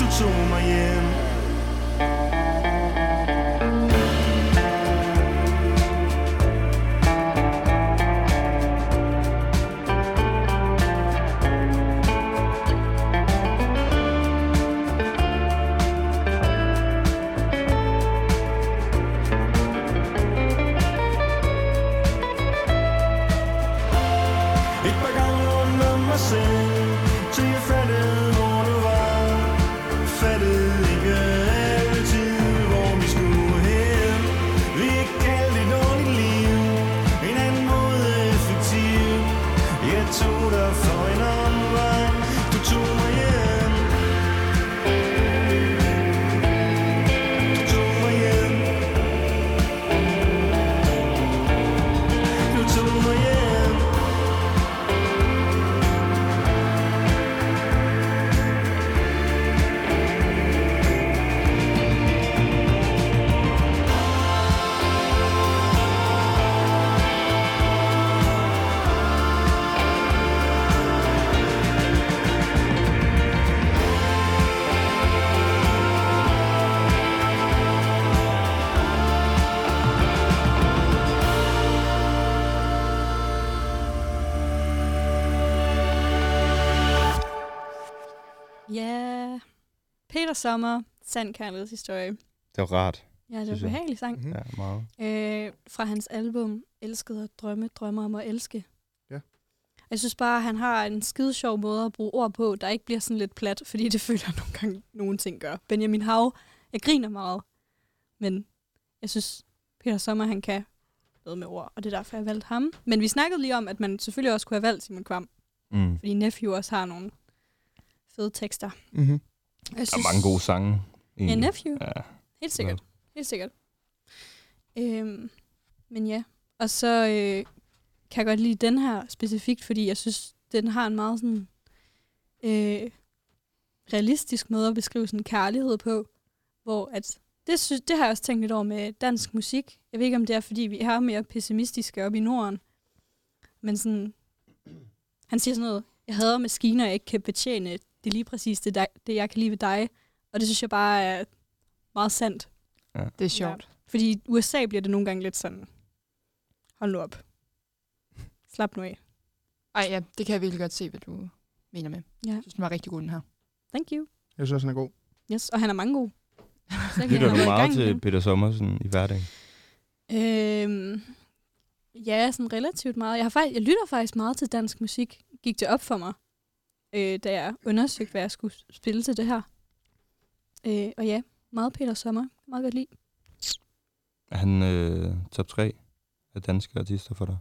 S16: Du tog mig hjem Et par gange rundt om mig selv Til jeg fattede, hvor du var Fattede ikke altid, hvor vi skulle hen Vi kaldte det dårligt liv En anden måde effektiv Jeg tog dig for en omvej Du tog mig hjem Du tog mig hjem Du tog mig hjem
S8: Ja. Yeah. Peter Sommer, Sand Kærlighedshistorie.
S9: Det var rart.
S8: Ja, det var
S9: synes
S8: en
S9: jeg. Mhm.
S8: behagelig sang.
S4: Mhm.
S9: Ja, meget.
S8: Øh, fra hans album Elskede at drømme, drømmer om at elske.
S4: Ja.
S8: Jeg synes bare, at han har en skide sjov måde at bruge ord på, der ikke bliver sådan lidt plat, fordi det føler jeg nogle gange, nogen ting gør. Benjamin Hav, jeg griner meget, men jeg synes, Peter Sommer, han kan noget med ord, og det er derfor, jeg valgte ham. Men vi snakkede lige om, at man selvfølgelig også kunne have valgt Simon Kvam,
S9: Mm.
S8: fordi Nephew også har nogle fede tekster.
S9: Mhm.
S4: Mm-hmm.
S8: Jeg
S9: Der er mange gode sange.
S8: Ja,
S9: egentlig.
S8: Nephew.
S9: Ja.
S8: Helt sikkert. Helt sikkert. Øhm, men ja, og så øh, kan jeg godt lide den her specifikt, fordi jeg synes, den har en meget sådan øh, realistisk måde at beskrive sådan kærlighed på, hvor at det, synes, det har jeg også tænkt lidt over med dansk musik. Jeg ved ikke, om det er, fordi vi er mere pessimistiske oppe i Norden. Men sådan, han siger sådan noget, jeg hader maskiner, jeg ikke kan betjene. Det er lige præcis det, der, det jeg kan lide ved dig. Og det synes jeg bare er meget sandt.
S9: Ja.
S6: Det er sjovt.
S8: Ja. Fordi i USA bliver det nogle gange lidt sådan, hold nu op. Slap nu af.
S6: Ej ja, det kan jeg virkelig godt se, hvad du mener med.
S8: Ja.
S6: Jeg synes, den var rigtig god, den her.
S8: Thank you.
S4: Jeg synes også, han er god.
S8: Yes, og han er mange gode. Så kan
S9: Lytter
S8: han
S9: du
S8: have
S9: meget
S8: gang
S9: til
S8: igen.
S9: Peter Sommersen i hverdagen?
S8: Øhm, ja, sådan relativt meget. Jeg, har faktisk, jeg lytter faktisk meget til dansk musik. Gik det op for mig, øh, da jeg undersøgte, hvad jeg skulle spille til det her. Øh, og ja, meget Peter Sommer. Meget godt lide.
S9: Er han øh, top 3 af danske artister for dig?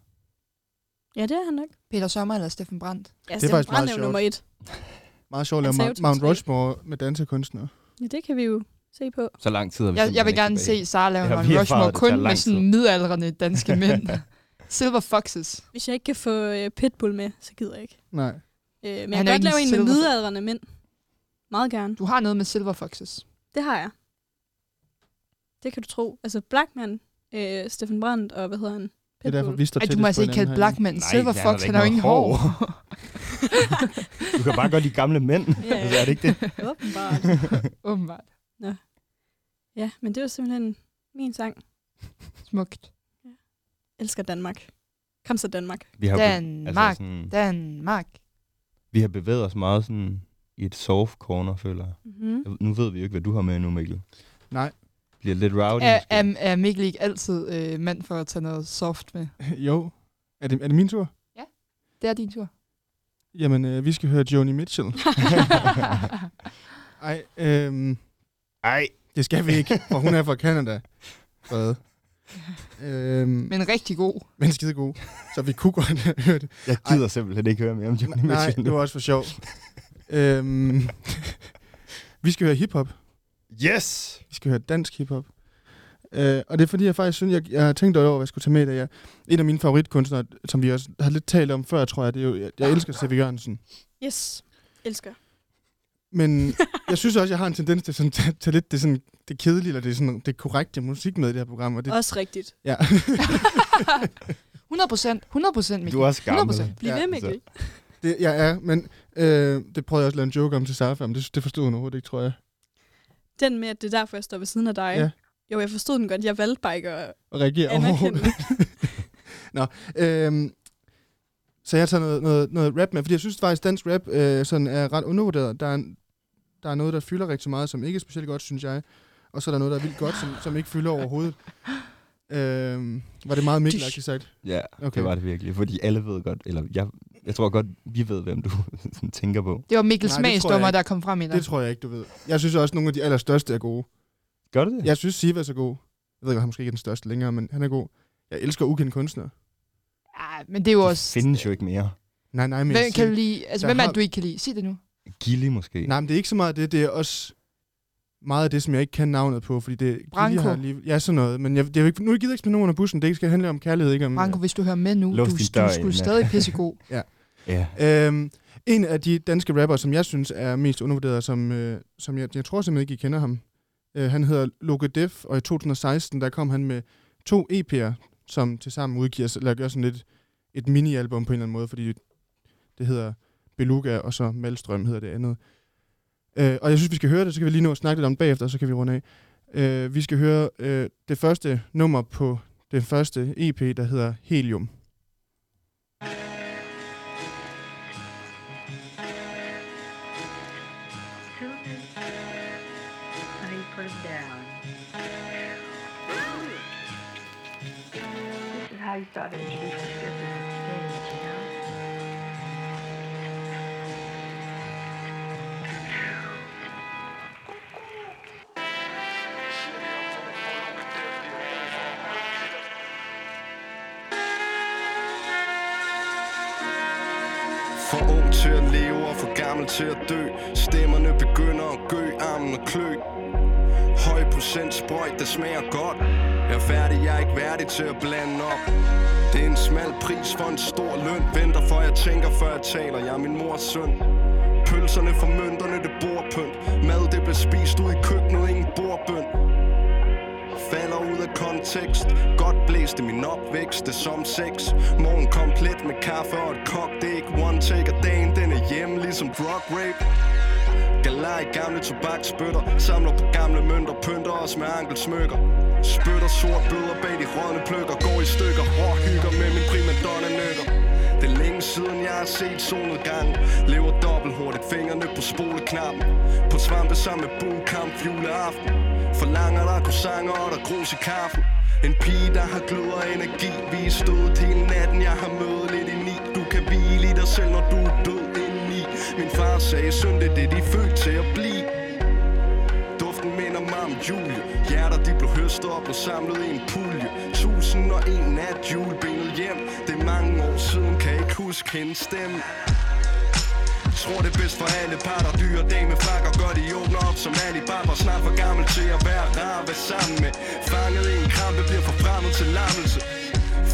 S8: Ja, det er han nok.
S6: Peter Sommer eller Steffen Brandt?
S8: Ja,
S4: Det er faktisk meget
S8: er jo
S4: sjovt.
S8: nummer et.
S4: Meget sjovt at lave
S8: Han sagde jo
S4: Ma-
S8: til
S4: Mount
S8: mig.
S4: Rushmore med dansekunstnere.
S8: Ja, det kan vi jo se på.
S9: Så lang tid har vi
S6: Jeg, jeg
S9: simpelthen
S6: vil
S9: ikke
S6: gerne
S9: tilbage.
S6: se Sara lave
S9: Det
S6: en
S9: har
S6: Mount
S9: vi
S6: Rushmore
S9: erfaret, det tager
S6: kun med
S9: lang
S6: sådan
S9: tid.
S6: midaldrende danske mænd. Silver Foxes.
S8: Hvis jeg ikke kan få øh, Pitbull med, så gider jeg ikke.
S4: Nej.
S8: Øh, men jeg
S6: Han
S8: kan
S6: er
S8: godt
S6: ikke
S8: lave
S6: en
S8: en med
S6: silver-
S8: midaldrende mænd. Meget gerne.
S6: Du har noget med Silver Foxes.
S8: Det har jeg. Det kan du tro. Altså Blackman, øh, Steffen Brandt og hvad hedder han?
S4: Det er derfor,
S8: Pitbull.
S4: vi står
S6: Ej, du
S4: tættest
S6: må
S4: på
S6: altså ikke
S4: hinanden
S6: kalde
S4: herinde.
S6: Blackman. Silver Fox, han har jo ingen hår.
S17: Du kan bare godt lide gamle mænd.
S8: Ja, ja.
S17: altså, er det ikke det?
S8: Åbenbart.
S6: Åbenbart.
S8: Nå. Ja, men det var simpelthen min sang.
S6: Smukt.
S8: Ja. Elsker Danmark. Kom så Danmark.
S17: Vi har-
S6: Danmark,
S17: altså
S6: altså
S17: sådan-
S6: sådan... Danmark.
S17: Vi har bevæget os meget sådan i et soft corner, føler jeg.
S6: Mhm.
S17: Jeg ved- Nu ved vi jo ikke, hvad du har med nu, Mikkel.
S4: Nej.
S17: Bliver lidt rowdy.
S6: Er, er, er Mikkel ikke altid øh, mand for at tage noget soft med?
S4: jo. Er det, er det min tur?
S6: Ja, det er din tur.
S4: Jamen, øh, vi skal høre Joni Mitchell. Ej, øhm,
S17: Ej.
S4: Det skal vi ikke, for hun er fra Canada. Fred. Øhm,
S6: men rigtig god.
S4: Men skide god. Så vi kunne godt høre det.
S17: Jeg gider simpelthen ikke høre mere om Joni
S4: Nej,
S17: Mitchell nu.
S4: det var også for sjov. øhm, vi skal høre hiphop.
S17: Yes!
S4: Vi skal høre dansk hiphop. Øh, og det er fordi, jeg faktisk synes, jeg, jeg har tænkt over, hvad jeg skulle tage med i dag. Jeg, en af mine favoritkunstnere, som vi også har lidt talt om før, tror jeg, det er jo, jeg, jeg elsker C.V. Jørgensen.
S8: Yes. Elsker.
S4: Men jeg synes også, jeg har en tendens til sådan, at tage lidt det, sådan, det kedelige, eller det, sådan, det korrekte musik med i det her program. Og det,
S8: Også rigtigt.
S4: Ja.
S6: 100 procent. 100 procent, Mikkel.
S4: Du er også gammel.
S6: 100%.
S4: Bliv Ja, altså. ved, Mikkel. det, jeg er, men øh, det prøvede jeg også at lave en joke om til Safa, men det, det forstod hun overhovedet ikke, tror jeg.
S8: Den med, at det er derfor, jeg står ved siden af dig.
S4: Ja.
S8: Jo, jeg forstod den godt. Jeg valgte bare ikke at
S4: Og reagere
S8: anerkende.
S4: overhovedet. Nå, øhm, så jeg har taget noget, noget, noget rap med, fordi jeg synes faktisk, dansk rap øh, sådan er ret undervurderet. Der er, en- der er noget, der fylder rigtig meget, som ikke er specielt godt, synes jeg. Og så er der noget, der er vildt godt, som, som ikke fylder overhovedet. Øhm, var det meget mikkel sagt?
S17: Ja, okay. det var det virkelig. Fordi alle ved godt, eller jeg, jeg tror godt, vi ved, hvem du sådan tænker på.
S6: Det var Mikkels
S4: Nej, det tror jeg
S6: smagsdommer,
S4: ikke.
S6: der kom frem i dig.
S4: Det tror jeg ikke, du ved. Jeg synes også, at nogle af de allerstørste er gode.
S17: Gør det det?
S4: Jeg synes, Siva er så god. Jeg ved godt, han er måske ikke den største længere, men han er god. Jeg elsker ukendte kunstnere.
S6: Ah, men det er jo også...
S17: Findes jo ikke mere.
S4: Nej, nej, men jeg
S6: Hvem kan
S4: siger-
S6: du lide? Altså,
S4: der
S6: hvem er
S4: har-
S6: det, du ikke kan lide? Sig det nu.
S17: Gilly måske.
S4: Nej, men det er ikke så meget det. Det er også meget af det, som jeg ikke kan navnet på, fordi det
S6: Branko.
S4: Gilly har lige, Ja, sådan noget. Men jeg, det er jo ikke, nu gider jeg ikke smide nogen under bussen. Det skal handle om kærlighed, ikke om...
S6: Branko, hvis du hører med nu, du,
S4: Mm. Lås
S6: du,
S4: din dør
S6: skulle
S4: ind, ja.
S6: stadig pissegod.
S4: ja.
S17: ja.
S4: Øhm, en af de danske rapper, som jeg synes er mest undervurderet, som, øh, som jeg, jeg tror simpelthen ikke, I kender ham. Øh, han hedder Loke Def, og i 2016, der kom han med to EP'er, som tilsammen udgiver, eller gør sådan lidt et mini-album på en eller anden måde, fordi det hedder Beluga, og så Malstrøm hedder det andet. Øh, og jeg synes, vi skal høre det, så kan vi lige nå at snakke lidt om det bagefter, og så kan vi runde af. Øh, vi skal høre øh, det første nummer på den første EP, der hedder Helium.
S18: Honey, put 'em down. This is how you start introducing strippers on stage, you know?
S19: For ung til at leve og for gammel til at dø Stemmerne begynder at gø, armen og klø Høj procent sprøjt, der smager godt Jeg er færdig, jeg er ikke værdig til at blande op Det er en smal pris for en stor løn Venter for jeg tænker, før jeg taler, jeg er min mors søn Pølserne for mønterne, det bor pynt Mad, det bliver spist ud i køkkenet, ingen bordbønd Falder ud af kontekst Godt blæste min opvækst, det er som sex Morgen komplet med kaffe og et kogt æg One take af dagen, den er hjemme ligesom drug rape Galar i gamle tobaksbøtter Samler på gamle mønter, pynter os med ankelsmykker Spytter sort bøder bag de rådne pløkker Går i stykker, råhygger med min primadonna nykker Det er længe siden jeg har set solnedgang Lever dobbelt hurtigt, fingrene på spoleknappen På svampe sammen med bukamp juleaften Forlanger der croissanter og der grus i kaffen En pige der har glød og energi Vi er stået hele natten, jeg har mødet lidt i ni Du kan hvile i dig selv, når du er død indeni Min far sagde, søn det er det de er født til at blive Duften minder mig om Julie Hjerter de blev høstet og blev samlet i en pulje Tusind og en nat julebenet hjem Det er mange år siden, kan ikke huske hendes stemme Tror det er bedst for alle parter Dyre dame fakker Gør de åbner op som Alibaba Snart for gammel til at være rar at være sammen med Fanget i en krampe Bliver forfremmet til lammelse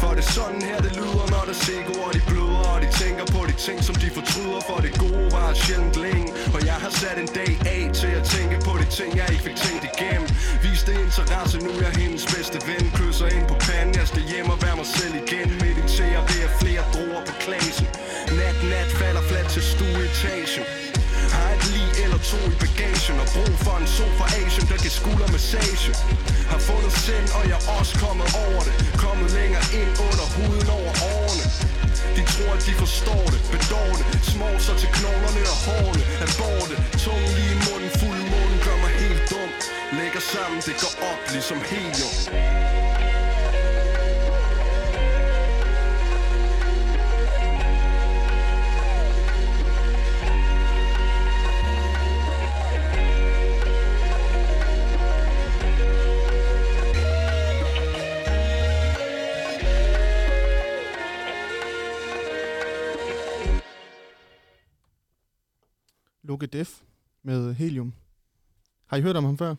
S19: For det er sådan her det lyder Når der sikker og de bløder Og de tænker på de ting som de fortryder For det gode var sjældent længe Og jeg har sat en dag af til at tænke på de ting Jeg ikke fik tænkt igennem Viste interesse, nu er jeg hendes bedste ven Kysser ind på panden, jeg skal hjem og være mig selv igen Mediterer ved at flere druer på klasen Nat nat falder flat til stueetagen Har et lig eller to i bagagen Og brug for en sofa Asian, der kan skuldermassage Har fundet sind, og jeg er også kommet over det Kommet længere ind under huden over årene de tror, at de forstår det, bedår det Småser til knoglerne og hårene Er borte, tungen lige i munden Fuld munden gør mig helt dum Lægger sammen, det går op ligesom helium
S4: Lukke Def med Helium. Har I hørt om ham før?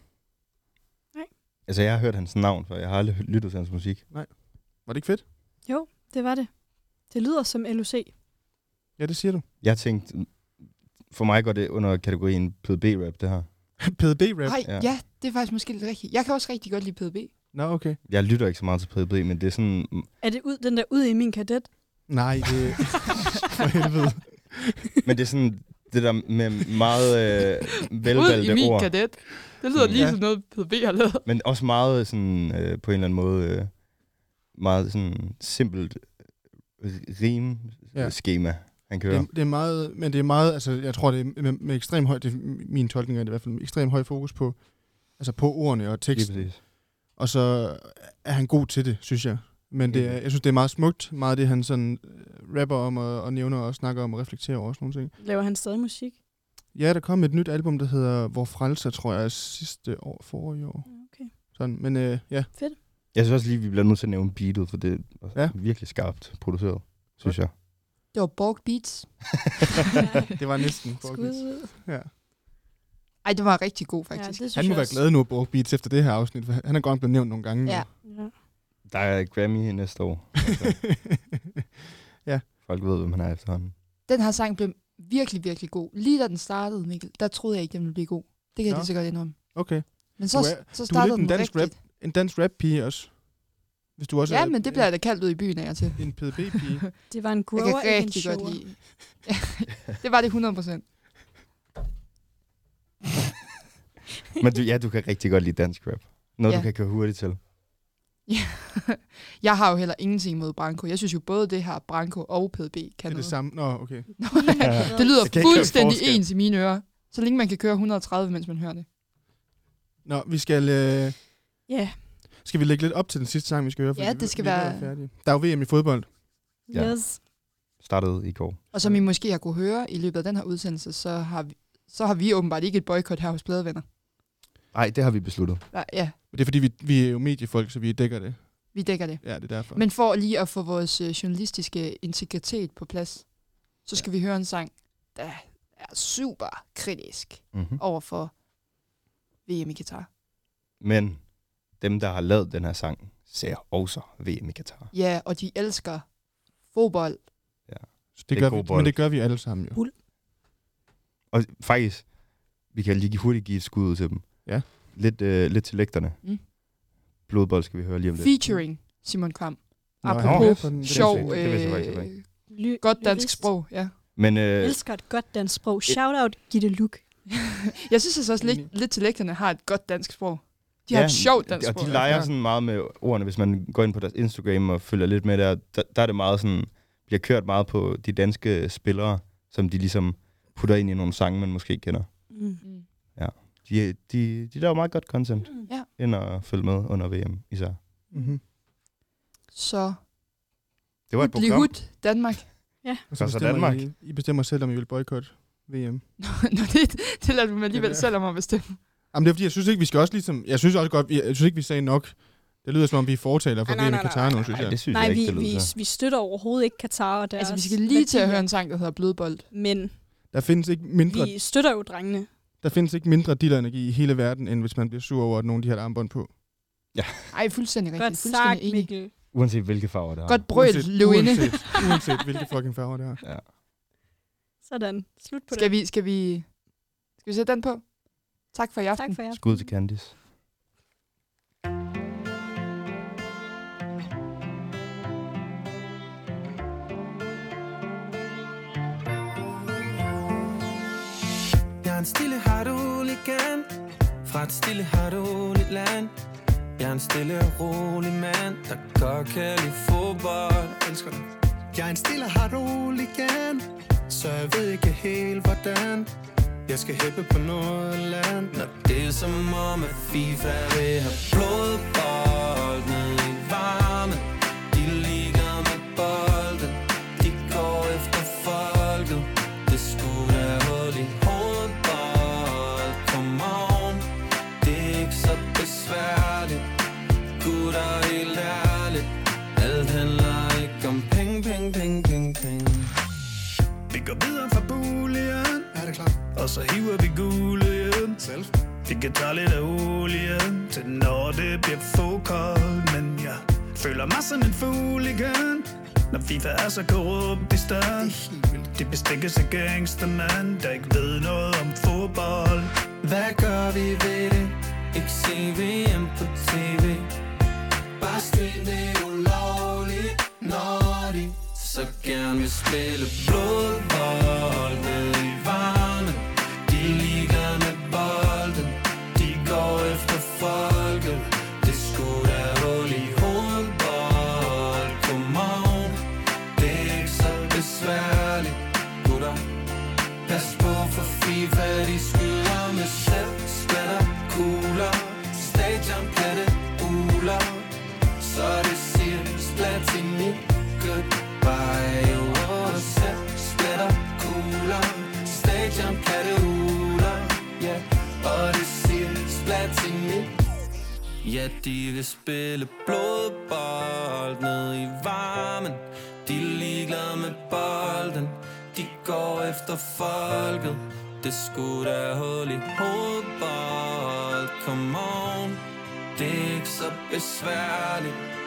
S9: Altså, jeg har hørt hans navn, for jeg har aldrig hø- lyttet til hans musik.
S4: Nej. Var det ikke fedt?
S8: Jo, det var det. Det lyder som LOC.
S4: Ja, det siger du.
S9: Jeg tænkte, for mig går det under kategorien PDB-rap, det her.
S4: PDB-rap?
S6: Nej, ja. ja, det er faktisk måske lidt rigtigt. Jeg kan også rigtig godt lide PDB.
S4: Nå, okay.
S9: Jeg lytter ikke så meget til PDB, men det er sådan...
S8: Er det ud, den der ud i min kadet?
S4: Nej, det... For helvede.
S9: Men det er sådan det der med meget øh,
S6: Ud
S9: velvalgte
S6: i min
S9: ord.
S6: kadet. Det lyder lige
S9: Ja.
S6: som noget, PDB har lavet.
S9: Men også meget sådan, øh, på en eller anden måde, øh, meget sådan simpelt øh,
S4: Ja.
S9: rim-skema, ja. han kører.
S4: Det, det er meget, men det er meget, altså jeg tror det er med, med ekstrem høj, det er min tolkning af det i hvert fald, med ekstrem høj fokus på, altså på ordene og teksten. Og så er han god til det, synes jeg. Men det er, jeg synes, det er meget smukt, meget af det, han sådan øh, rapper om og, og nævner og snakker om og reflekterer over og sådan nogle ting.
S8: Laver han stadig musik?
S4: Ja, der kom et nyt album, der hedder Vor Frelser, tror jeg, sidste år, forrige i år.
S8: Okay.
S4: Sådan, men øh, ja.
S8: Fedt.
S9: Jeg synes også lige, vi bliver nødt til at nævne beatet, for det er
S4: Ja.
S9: ja. virkelig skarpt produceret, synes jeg.
S6: Det var Borg Beats.
S4: det var næsten.
S6: Skud
S4: Borgbeats.
S6: ud.
S4: Ja.
S6: Ej, det var rigtig god,
S8: Ja, det
S6: faktisk.
S8: synes
S4: Han må være glad nu, Borg Beats, efter det her afsnit, for han er godt nok blevet nævnt nogle gange. nu.
S6: Ja.
S8: Ja.
S9: Der er Grammy næste år. altså.
S4: ja.
S9: Folk ved, hvem han er efterhånden.
S6: Den her sang blev virkelig, virkelig god. Lige da den startede, Mikkel, der troede jeg ikke, den ville blive god. Det kan jeg
S4: Nå.
S6: lige så godt indrømme.
S4: Okay.
S6: Men så-
S4: du er,
S6: så
S4: du er
S6: startede
S4: lidt en
S6: den
S4: dansk rap,
S6: rigtigt.
S4: en dansk rap pige også. Hvis du også
S6: ja,
S4: er
S6: men det bliver jeg da kaldt ud i byen af og til.
S4: en PDB-pige.
S8: Det var en grower,
S6: Jeg
S8: ikke
S6: kan
S8: en
S6: rigtig godt
S8: shower.
S6: lide. Ja, det var det 100 procent.
S9: Men du, ja, du kan rigtig godt lide dansk rap. Noget, ja.
S6: Ja.
S9: du kan køre hurtigt til.
S6: Jeg har jo heller ingenting imod Branko. Jeg synes jo både det her Branko og PDB kan
S4: det er det samme. Nå, okay.
S6: Ja. det
S4: Jeg kan
S6: lyder
S4: ikke høre
S6: fuldstændig
S4: forskel.
S6: ens i mine ører. Så længe man kan køre 130, mens man hører det.
S4: Nå, vi skal... Øh,
S8: Ja.
S4: Skal vi lægge lidt op til den sidste sang, vi skal høre? fordi
S6: Ja,
S4: vi-
S6: det skal
S4: vi er ved at
S6: være-
S4: være færdige. Der er jo VM i fodbold.
S6: Ja. Yes.
S9: Startede i går.
S6: Og som I måske har kunne høre i løbet af den her udsendelse, så har vi, så har vi åbenbart ikke et boykot her hos Bladevenner.
S9: Nej, det har vi besluttet.
S6: Nej, ja,
S4: Det er fordi, vi, vi er jo mediefolk, så vi dækker det.
S6: vi dækker det.
S4: Ja, det er derfor.
S6: Men for lige at få vores øh, journalistiske integritet på plads, så skal ja. vi høre en sang, der er super kritisk
S9: Mhm.
S6: mm-hmm. over for VM i Katar.
S9: Men dem, der har lavet den her sang, ser også VM i Katar.
S6: Ja, og de elsker fodbold.
S4: Så
S9: Det
S4: det
S9: er
S4: gør
S9: god
S4: vi,
S9: bold.
S4: men det gør vi alle sammen jo.
S6: Fuld.
S9: Og faktisk, vi kan lige hurtigt give et skud ud til dem.
S4: Ja.
S9: Lidt, øh, lidt til lægterne.
S6: Mm.
S9: Blodbold skal vi høre lige om lidt.
S6: Featuring Simon Kram.
S9: Nå,
S6: Apropos
S9: han er med på den. Det vidste jeg
S6: sjov,
S9: ikke. Det vidste jeg faktisk
S6: øh,
S9: ikke.
S8: Ly-
S6: godt dansk
S8: lyrist.
S6: sprog. Ja.
S9: Men
S8: Jeg
S9: øh,
S8: elsker et godt dansk sprog. Shout out Gitte Luke.
S6: Jeg synes altså også lidt, lidt til lægterne har et godt dansk sprog. De
S9: ja,
S6: har et sjovt dansk
S9: Og
S6: sprog.
S9: de leger sådan meget med ordene. Hvis man går ind på deres Instagram og følger lidt med der, der, der er det meget sådan, bliver kørt meget på de danske spillere, som de ligesom putter ind i nogle sange, man måske ikke kender.
S6: Mm.
S9: Ja. De, de, de laver meget godt content.
S6: Ja.
S9: Ind og følge med under VM især.
S4: Mm-hmm.
S6: Så
S9: Det var et
S6: Bliv
S9: program.
S6: hud, Danmark. Altså. Ja.
S4: Og så
S9: Og så
S4: bestemmer
S9: Danmark.
S4: I, I bestemmer selv, om I vil boykotte VM.
S6: Nå, det, det lader du mig alligevel selv om at bestemme.
S4: Jamen det er fordi, jeg synes ikke, vi skal også ligesom... Jeg synes også godt, vi- jeg synes ikke, vi sagde nok. Det lyder som om, vi er fortaler for
S8: Ej, Ah, nej,
S4: VM i
S8: nej, nej,
S4: Katar
S8: nej,
S4: nu, synes jeg.
S8: Nej, vi, vi, vi støtter overhovedet ikke Katar og deres
S6: Altså, vi skal lige til at
S8: værdier.
S6: høre en sang, der hedder Blodbold.
S8: Men
S4: Der findes ikke mindre...
S8: vi støtter jo drengene.
S4: Der findes ikke mindre dillerenergi i hele verden, end hvis man bliver sur over, at nogen de har et armbånd på.
S9: Ja.
S6: Ej, fuldstændig rigtigt.
S8: Godt
S6: fuldstændig
S8: sagt, Mikkel.
S9: Uanset hvilke farver der er.
S6: Godt brøl,
S4: Uanset-
S6: løvinde.
S4: Uanset, uanset hvilke fucking farver det er.
S9: Ja.
S8: Sådan. Slut på
S6: Skal
S8: det.
S6: vi, skal vi, skal vi sætte den på? Tak for i aften.
S8: Tak for jer.
S9: Skud til Candice.
S20: er en stille harduligan Fra et stille harduligt land Jeg er en stille og rolig mand Der godt kan lide fodbold Elsker det
S21: Jeg er en stille harduligan Så jeg ved ikke helt hvordan Jeg skal hæppe på noget land
S20: Når det er som om at FIFA vil have blodbolden i varme De ligger med bolden De går efter folket Det skulle da hul i hovedbold Come on Det er ikke så besværligt Gutter helt ærligt Alt handler ikke om penge, penge, penge, penge, penge
S21: Vi går videre fra boligen Er det klart? Og så hiver vi gulien Selv Vi kan tage lidt af olien Til når det bliver fåkoldt Men jeg føler mig som en fugl igen Når FIFA er så korrupt i stand De bestikkes af gangstermand Der ikke ved noget om fodbold
S20: Hvad gør vi ved det? Ikke se VM på tv Bare stream det ulovligt Når de så gerne vil spille blodbold ned i varmen De ligger med bolden De går efter folket Det skulle da hul i hovedbold Come on Det er ikke så besværligt Gutter Pas på for FIFA De skylder med sæt Skatter kugler Stadion platte uler Så det siger Splatini Goodbye Og sæt Splatter kugler Stadion platte uler Ja Og det siger Splatini Ja, de vil spille blodbold ned i varmen De er ligeglade med bolden De går efter folket Det skulle da hul i hovedbold Come on Det er ikke så besværligt